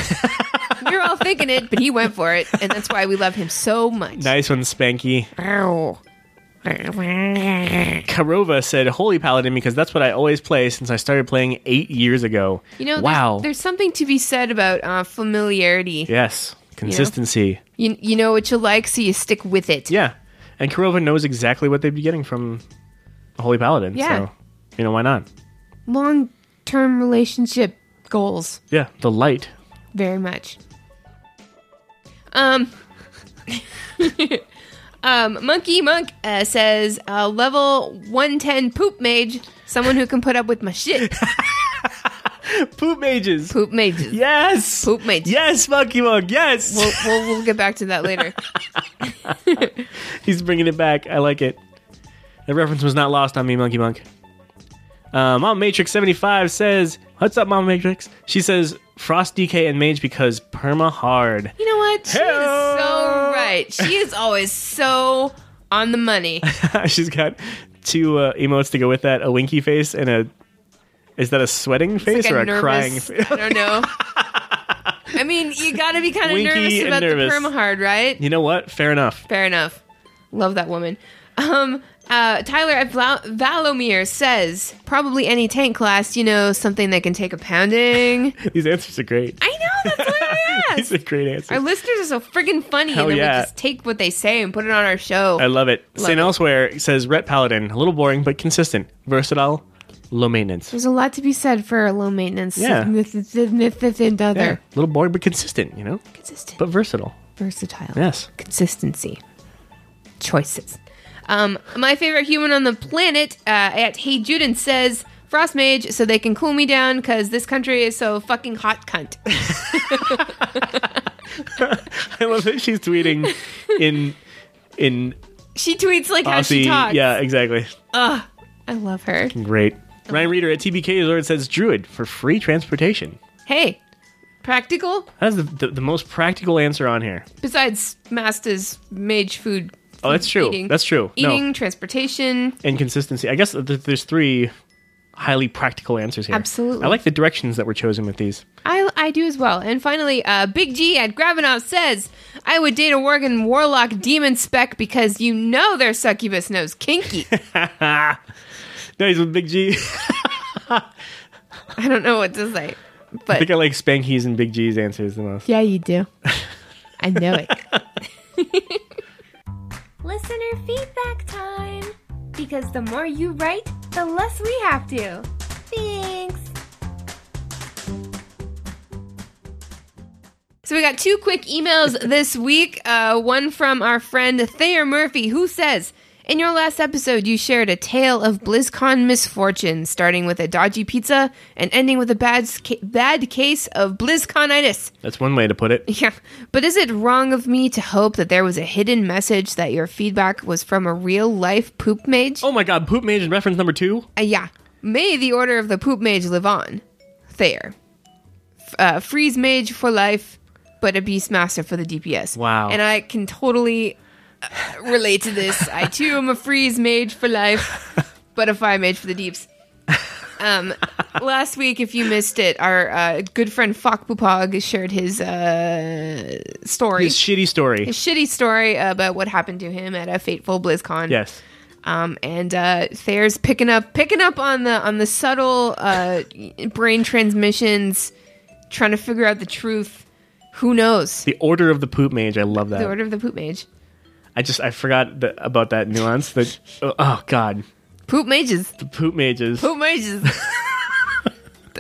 Speaker 3: You're all thinking it, but he went for it, and that's why we love him so much.
Speaker 2: Nice one, Spanky.
Speaker 3: Ow.
Speaker 2: Karova said Holy Paladin because that's what I always play since I started playing eight years ago.
Speaker 3: You know, there's-
Speaker 2: wow.
Speaker 3: there's, something to be said about uh, familiarity.
Speaker 2: yes, consistency.
Speaker 3: You, you know what you like, so you stick with it.
Speaker 2: Yeah. And Karova knows exactly what they'd be getting from Holy Paladin.
Speaker 3: Yeah.
Speaker 2: So, you know, why not?
Speaker 3: Long term relationship goals,
Speaker 2: Yeah. The light.
Speaker 3: very much. Um, <laughs> um, Monkey Monk uh, says, uh, level 110 poop mage, someone who can put up with my shit.
Speaker 2: Poop mages.
Speaker 3: Poop mages.
Speaker 2: <laughs> Yes.
Speaker 3: Poop mages.
Speaker 2: Yes, Monkey Mug. Yes.
Speaker 3: We'll, we'll, we'll get back to that later.
Speaker 2: <laughs> He's bringing it back. I like it. The reference was not lost on me, Monkey Monk. Uh, Mama Matrix 75 says, What's up, Mama Matrix? She says, Frost DK and Mage because perma hard. <laughs>
Speaker 3: You know what? She is
Speaker 2: Hey-o.
Speaker 3: so right. She is always so on the money.
Speaker 2: She's got two uh, emotes to go with that a winky face and a. Is that a sweating face
Speaker 3: Like
Speaker 2: or a
Speaker 3: nervous,
Speaker 2: crying face?
Speaker 3: I don't know.
Speaker 2: <laughs>
Speaker 3: I mean, you got to be kind of
Speaker 2: Winky
Speaker 3: nervous
Speaker 2: and
Speaker 3: about
Speaker 2: nervous.
Speaker 3: the permahard, right?
Speaker 2: you know what? Fair enough.
Speaker 3: Fair enough. Love that woman. Um, uh, Tyler at Vla- Valomir says probably any tank class, you know, something that can take a pounding.
Speaker 2: These answers are great.
Speaker 3: I know that's what I
Speaker 2: These
Speaker 3: asked.
Speaker 2: are great
Speaker 3: Our
Speaker 2: answers.
Speaker 3: listeners are so friggin' funny,
Speaker 2: Hell
Speaker 3: and then
Speaker 2: yeah.
Speaker 3: we just take what they say and put it on our show.
Speaker 2: I love it.
Speaker 3: Love
Speaker 2: St.
Speaker 3: it.
Speaker 2: Elsewhere says, Ret Paladin, a little boring but consistent, versatile, low maintenance.
Speaker 3: There's a lot to be said for low maintenance.
Speaker 2: Yeah.
Speaker 3: Significant other.
Speaker 2: Yeah, a little boring but consistent, you know?
Speaker 3: Consistent.
Speaker 2: But versatile.
Speaker 3: versatile.
Speaker 2: Yes.
Speaker 3: Consistency. Choices. Um, my favorite human on the planet uh, at Hey Juden says Frost Mage so they can cool me down because this country is so fucking hot cunt. <laughs>
Speaker 2: I love that she's
Speaker 3: <laughs>
Speaker 2: tweeting in in
Speaker 3: she tweets like how she
Speaker 2: Aussie.
Speaker 3: talks.
Speaker 2: Yeah, exactly.
Speaker 3: I love her.
Speaker 2: Great. Ryan Reader at TBK Lord says Druid for free transportation.
Speaker 3: Hey, practical?
Speaker 2: That's the, the, the most practical answer on here.
Speaker 3: Besides Master's Mage food.
Speaker 2: Oh, that's true.
Speaker 3: Eating.
Speaker 2: That's true.
Speaker 3: Eating,
Speaker 2: No,
Speaker 3: transportation.
Speaker 2: and consistency. I guess th- there's three highly practical answers here.
Speaker 3: Absolutely.
Speaker 2: I like the directions that were chosen with these.
Speaker 3: I, I do as well. And finally, uh, Big G at Gravinov says, I would date a Worgen Warlock Demon Spec because you know their succubus
Speaker 2: <laughs>
Speaker 3: knows kinky.
Speaker 2: No, he's with Big G. <laughs>
Speaker 3: I don't know what to say.
Speaker 2: I think
Speaker 3: But
Speaker 2: I like Spanky's and Big G's answers the most.
Speaker 3: yeah, you do. I know it.
Speaker 4: Listener feedback time! Because the more you write, the less we have to. Thanks!
Speaker 3: <laughs> So we got two quick emails this week. Uh, one from our friend Thayer Murphy, who says, "In your last episode, you shared a tale of BlizzCon misfortune, starting with a dodgy pizza and ending with a bad ca- bad case of BlizzConitis." <laughs>
Speaker 2: That's one way to put it.
Speaker 3: Yeah, but is it wrong of me to hope that there was a hidden message that your feedback was from a real life poop mage?
Speaker 2: Oh my god, Poop Mage is reference number two?
Speaker 3: Uh, yeah. May the order of the poop mage live on. Thayer. F- uh, freeze mage for life, but a beast master for the DPS.
Speaker 2: Wow.
Speaker 3: And I can totally uh, relate to this. I too am a freeze mage for life, but a fire mage for the deeps. Um, last week, if you missed it, our uh, good friend Fok Pupog shared his uh, story,
Speaker 2: His
Speaker 3: his,
Speaker 2: shitty story.
Speaker 3: shitty story about what happened to him at a fateful BlizzCon.
Speaker 2: yes.
Speaker 3: Um, and uh, Thayer's picking up picking up on the on the subtle uh, brain transmissions, trying to figure out the truth. Who knows?
Speaker 2: The Order of the Poop Mage. I love that.
Speaker 3: The order of the poop mage.
Speaker 2: I just I forgot the, about that nuance. That oh, oh, god,
Speaker 3: Poop mages.
Speaker 2: the poop mages.
Speaker 3: Poop mages.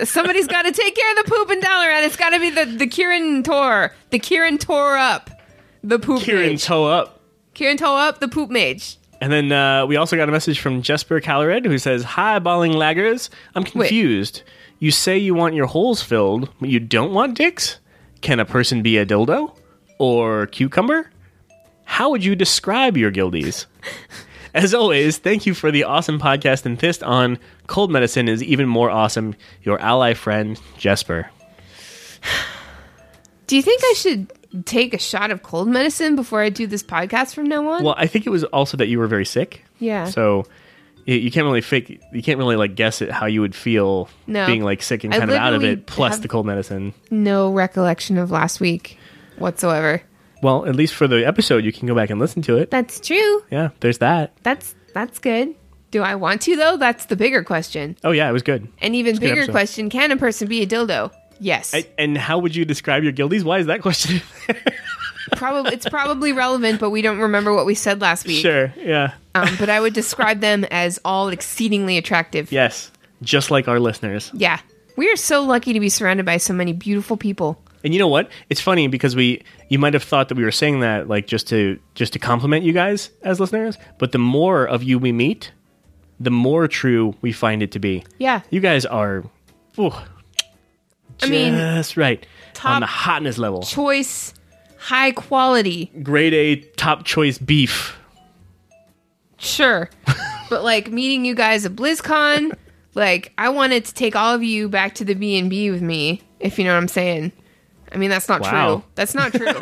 Speaker 3: Somebody's got to take care of the poop in Dalaran. It's got to be the the Kieran Tor. The Kieran Tor up. The poop
Speaker 2: Kieran
Speaker 3: mage.
Speaker 2: toe up.
Speaker 3: Kieran Tor up. The poop mage.
Speaker 2: And then uh, we also got a message from Jesper Calored who says, "Hi, balling laggers. I'm confused. You say you want your holes filled, but you don't want dicks. Can a person be a dildo or cucumber? How would you describe your guildies?" <laughs> As always, thank you for the awesome podcast and fist on cold medicine is even more awesome. Your ally friend Jesper.
Speaker 3: Do you think I should take a shot of cold medicine before I do this podcast from now on?
Speaker 2: Well, I think it was also that you were very sick.
Speaker 3: yeah.
Speaker 2: So you- you can't really fake. You can't really like guess it how you would feel
Speaker 3: No.
Speaker 2: being like sick and
Speaker 3: I
Speaker 2: kind of out of
Speaker 3: literally
Speaker 2: it. Plus
Speaker 3: have-
Speaker 2: the cold medicine.
Speaker 3: No recollection of last week whatsoever.
Speaker 2: Well, at least for the episode, you can go back and listen to it.
Speaker 3: That's true.
Speaker 2: Yeah, there's that.
Speaker 3: That's that's good. Do I want to though? That's the bigger question.
Speaker 2: Oh yeah, it was good.
Speaker 3: An even
Speaker 2: a good
Speaker 3: bigger
Speaker 2: episode.
Speaker 3: question: Can a person be a dildo? Yes,
Speaker 2: I, and how would you describe your guildies? Why is that question?
Speaker 3: probably it's probably relevant, but we don't remember what we said last
Speaker 2: <laughs>
Speaker 3: week.
Speaker 2: sure. Yeah.
Speaker 3: Um, but I would describe them as all exceedingly attractive.
Speaker 2: Yes. Just like our listeners.
Speaker 3: Yeah. We are so lucky to be surrounded by so many beautiful people.
Speaker 2: And you know what? It's funny because we you might have thought that we were saying that like just to just to compliment you guys as listeners, but the more of you we meet, the more true we find it to be.
Speaker 3: Yeah.
Speaker 2: You guys are ooh,
Speaker 3: I mean,
Speaker 2: just right on
Speaker 3: top
Speaker 2: the hotness level.
Speaker 3: Choice, high quality,
Speaker 2: Grade A top choice beef.
Speaker 3: sure. <laughs> but like meeting you guys at BlizzCon, like I wanted to take all of you back to the B&B with me, if you know what I'm saying. I mean, that's not
Speaker 2: Wow.
Speaker 3: true. That's not true.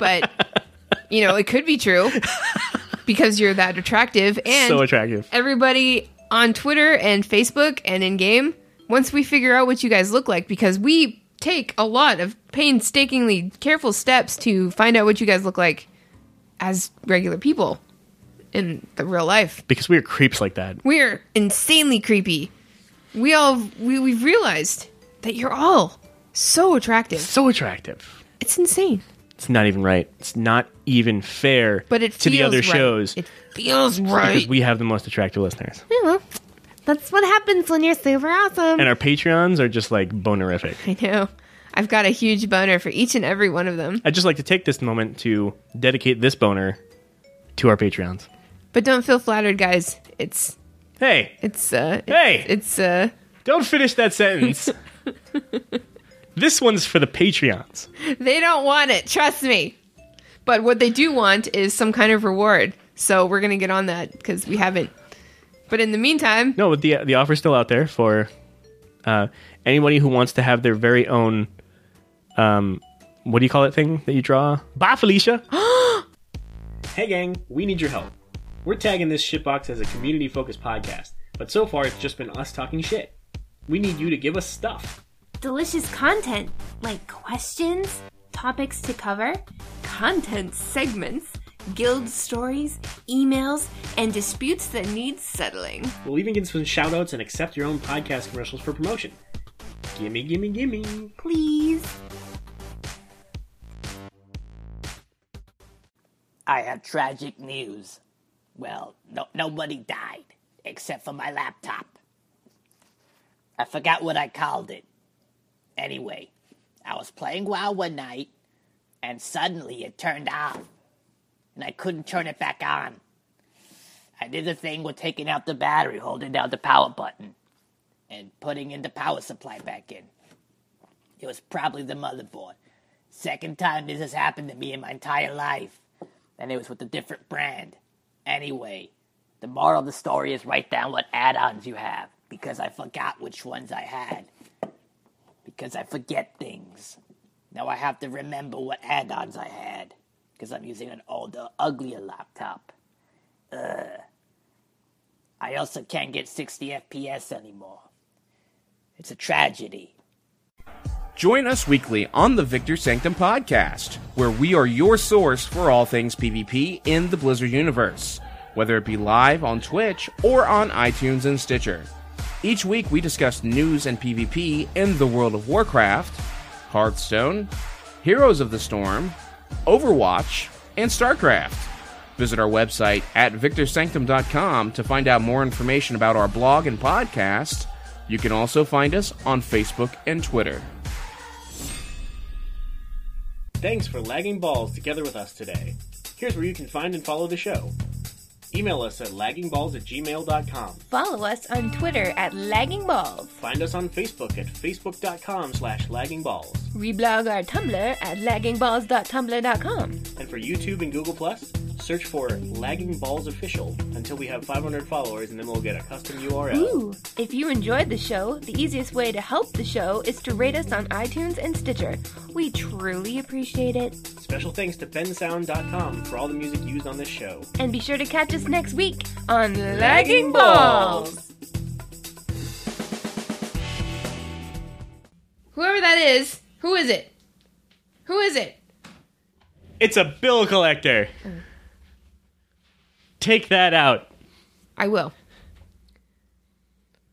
Speaker 3: but you know, it could be true because you're
Speaker 2: <laughs>
Speaker 3: that attractive and
Speaker 2: so attractive.
Speaker 3: everybody on Twitter and Facebook and in game once we figure out what you guys look like because we take a lot of painstakingly careful steps to find out what you guys look like as regular people in the real life.
Speaker 2: Because we are creeps like that.
Speaker 3: We're insanely creepy. We all we, we've realized that you're all so attractive.
Speaker 2: So attractive.
Speaker 3: It's insane.
Speaker 2: It's not even right. It's not even fair
Speaker 3: But it
Speaker 2: to the
Speaker 3: feels
Speaker 2: other
Speaker 3: right.
Speaker 2: shows
Speaker 3: It Hmm. feels
Speaker 2: because
Speaker 3: right.
Speaker 2: we have the most attractive listeners.
Speaker 4: That's what happens when you're super awesome.
Speaker 2: And our Patreons are just like bonerific.
Speaker 3: I know. I've got a huge boner for each and every one of them.
Speaker 2: I'd just like to take this moment to dedicate this boner to our Patreons.
Speaker 3: But don't feel flattered, guys. It's
Speaker 2: Hey,
Speaker 3: It's uh it's,
Speaker 2: Hey!
Speaker 3: it's uh
Speaker 2: don't finish that sentence. this one's for the Patreons.
Speaker 3: they don't want it, trust me. But what they do want is some kind of reward. So we're going to get on that cuz we haven't. But in the meantime,
Speaker 2: No, the the offer's still out there for uh, anybody who wants to have their very own. Um, what do you call it thing that you draw? Bye, Felicia. hey, gang, we need your help. We're tagging this shitbox as a community focused podcast, but so far it's just been us talking shit. We need you to give us stuff.
Speaker 4: Delicious content like questions, topics to cover, content segments, guild stories, emails, and disputes that need settling.
Speaker 2: We'll even get some shout outs and accept your own podcast commercials for promotion. Gimme, gimme, gimme.
Speaker 4: Please.
Speaker 6: I have tragic news. Well, no, nobody died, except for my laptop. I forgot what I called it. Anyway, I was playing WoW one night, and suddenly it turned off. And I couldn't turn it back on. I did the thing with taking out the battery, holding down the power button, and putting in the power supply back in. It was probably the motherboard. Second time this has happened to me in my entire life and it was with a different brand. Anyway, the moral of the story is write down what add ons you have because I forgot which ones I had. Because I forget things. Now I have to remember what add ons I had because I'm using an older, uglier laptop. Ugh. I also can't get 60 FPS anymore. It's a tragedy.
Speaker 7: Join us weekly on the Victor Sanctum podcast, where we are your source for all things PvP in the Blizzard universe, whether it be live on Twitch or on iTunes and Stitcher. Each week we discuss news and PvP in the world of Warcraft, Hearthstone, Heroes of the Storm, Overwatch, and StarCraft. Visit our website at victorsanctum.com to find out more information about our blog and podcast. You can also find us on Facebook and Twitter.
Speaker 8: Thanks for lagging balls together with us today. Here's where you can find and follow the show. Email us at laggingballs at gmail.com.
Speaker 4: Follow us on Twitter at Lagging Balls.
Speaker 8: Find us on Facebook at facebook.com slash laggingballs.
Speaker 4: Reblog our Tumblr at laggingballs.tumblr.com.
Speaker 8: And for YouTube and Google Plus,
Speaker 2: Search for Lagging Balls Official until we have 500 followers, and then we'll get a custom URL.
Speaker 4: Ooh. If you enjoyed the show, the easiest way to help the show is to rate us on iTunes and Stitcher. We truly appreciate it.
Speaker 2: Special thanks to bensound.com for all the music used on this show.
Speaker 4: And be sure to catch us next week on Lagging Balls.
Speaker 3: Whoever that is, who is it? Who is it?
Speaker 9: It's a bill collector. Take that out.
Speaker 3: I will.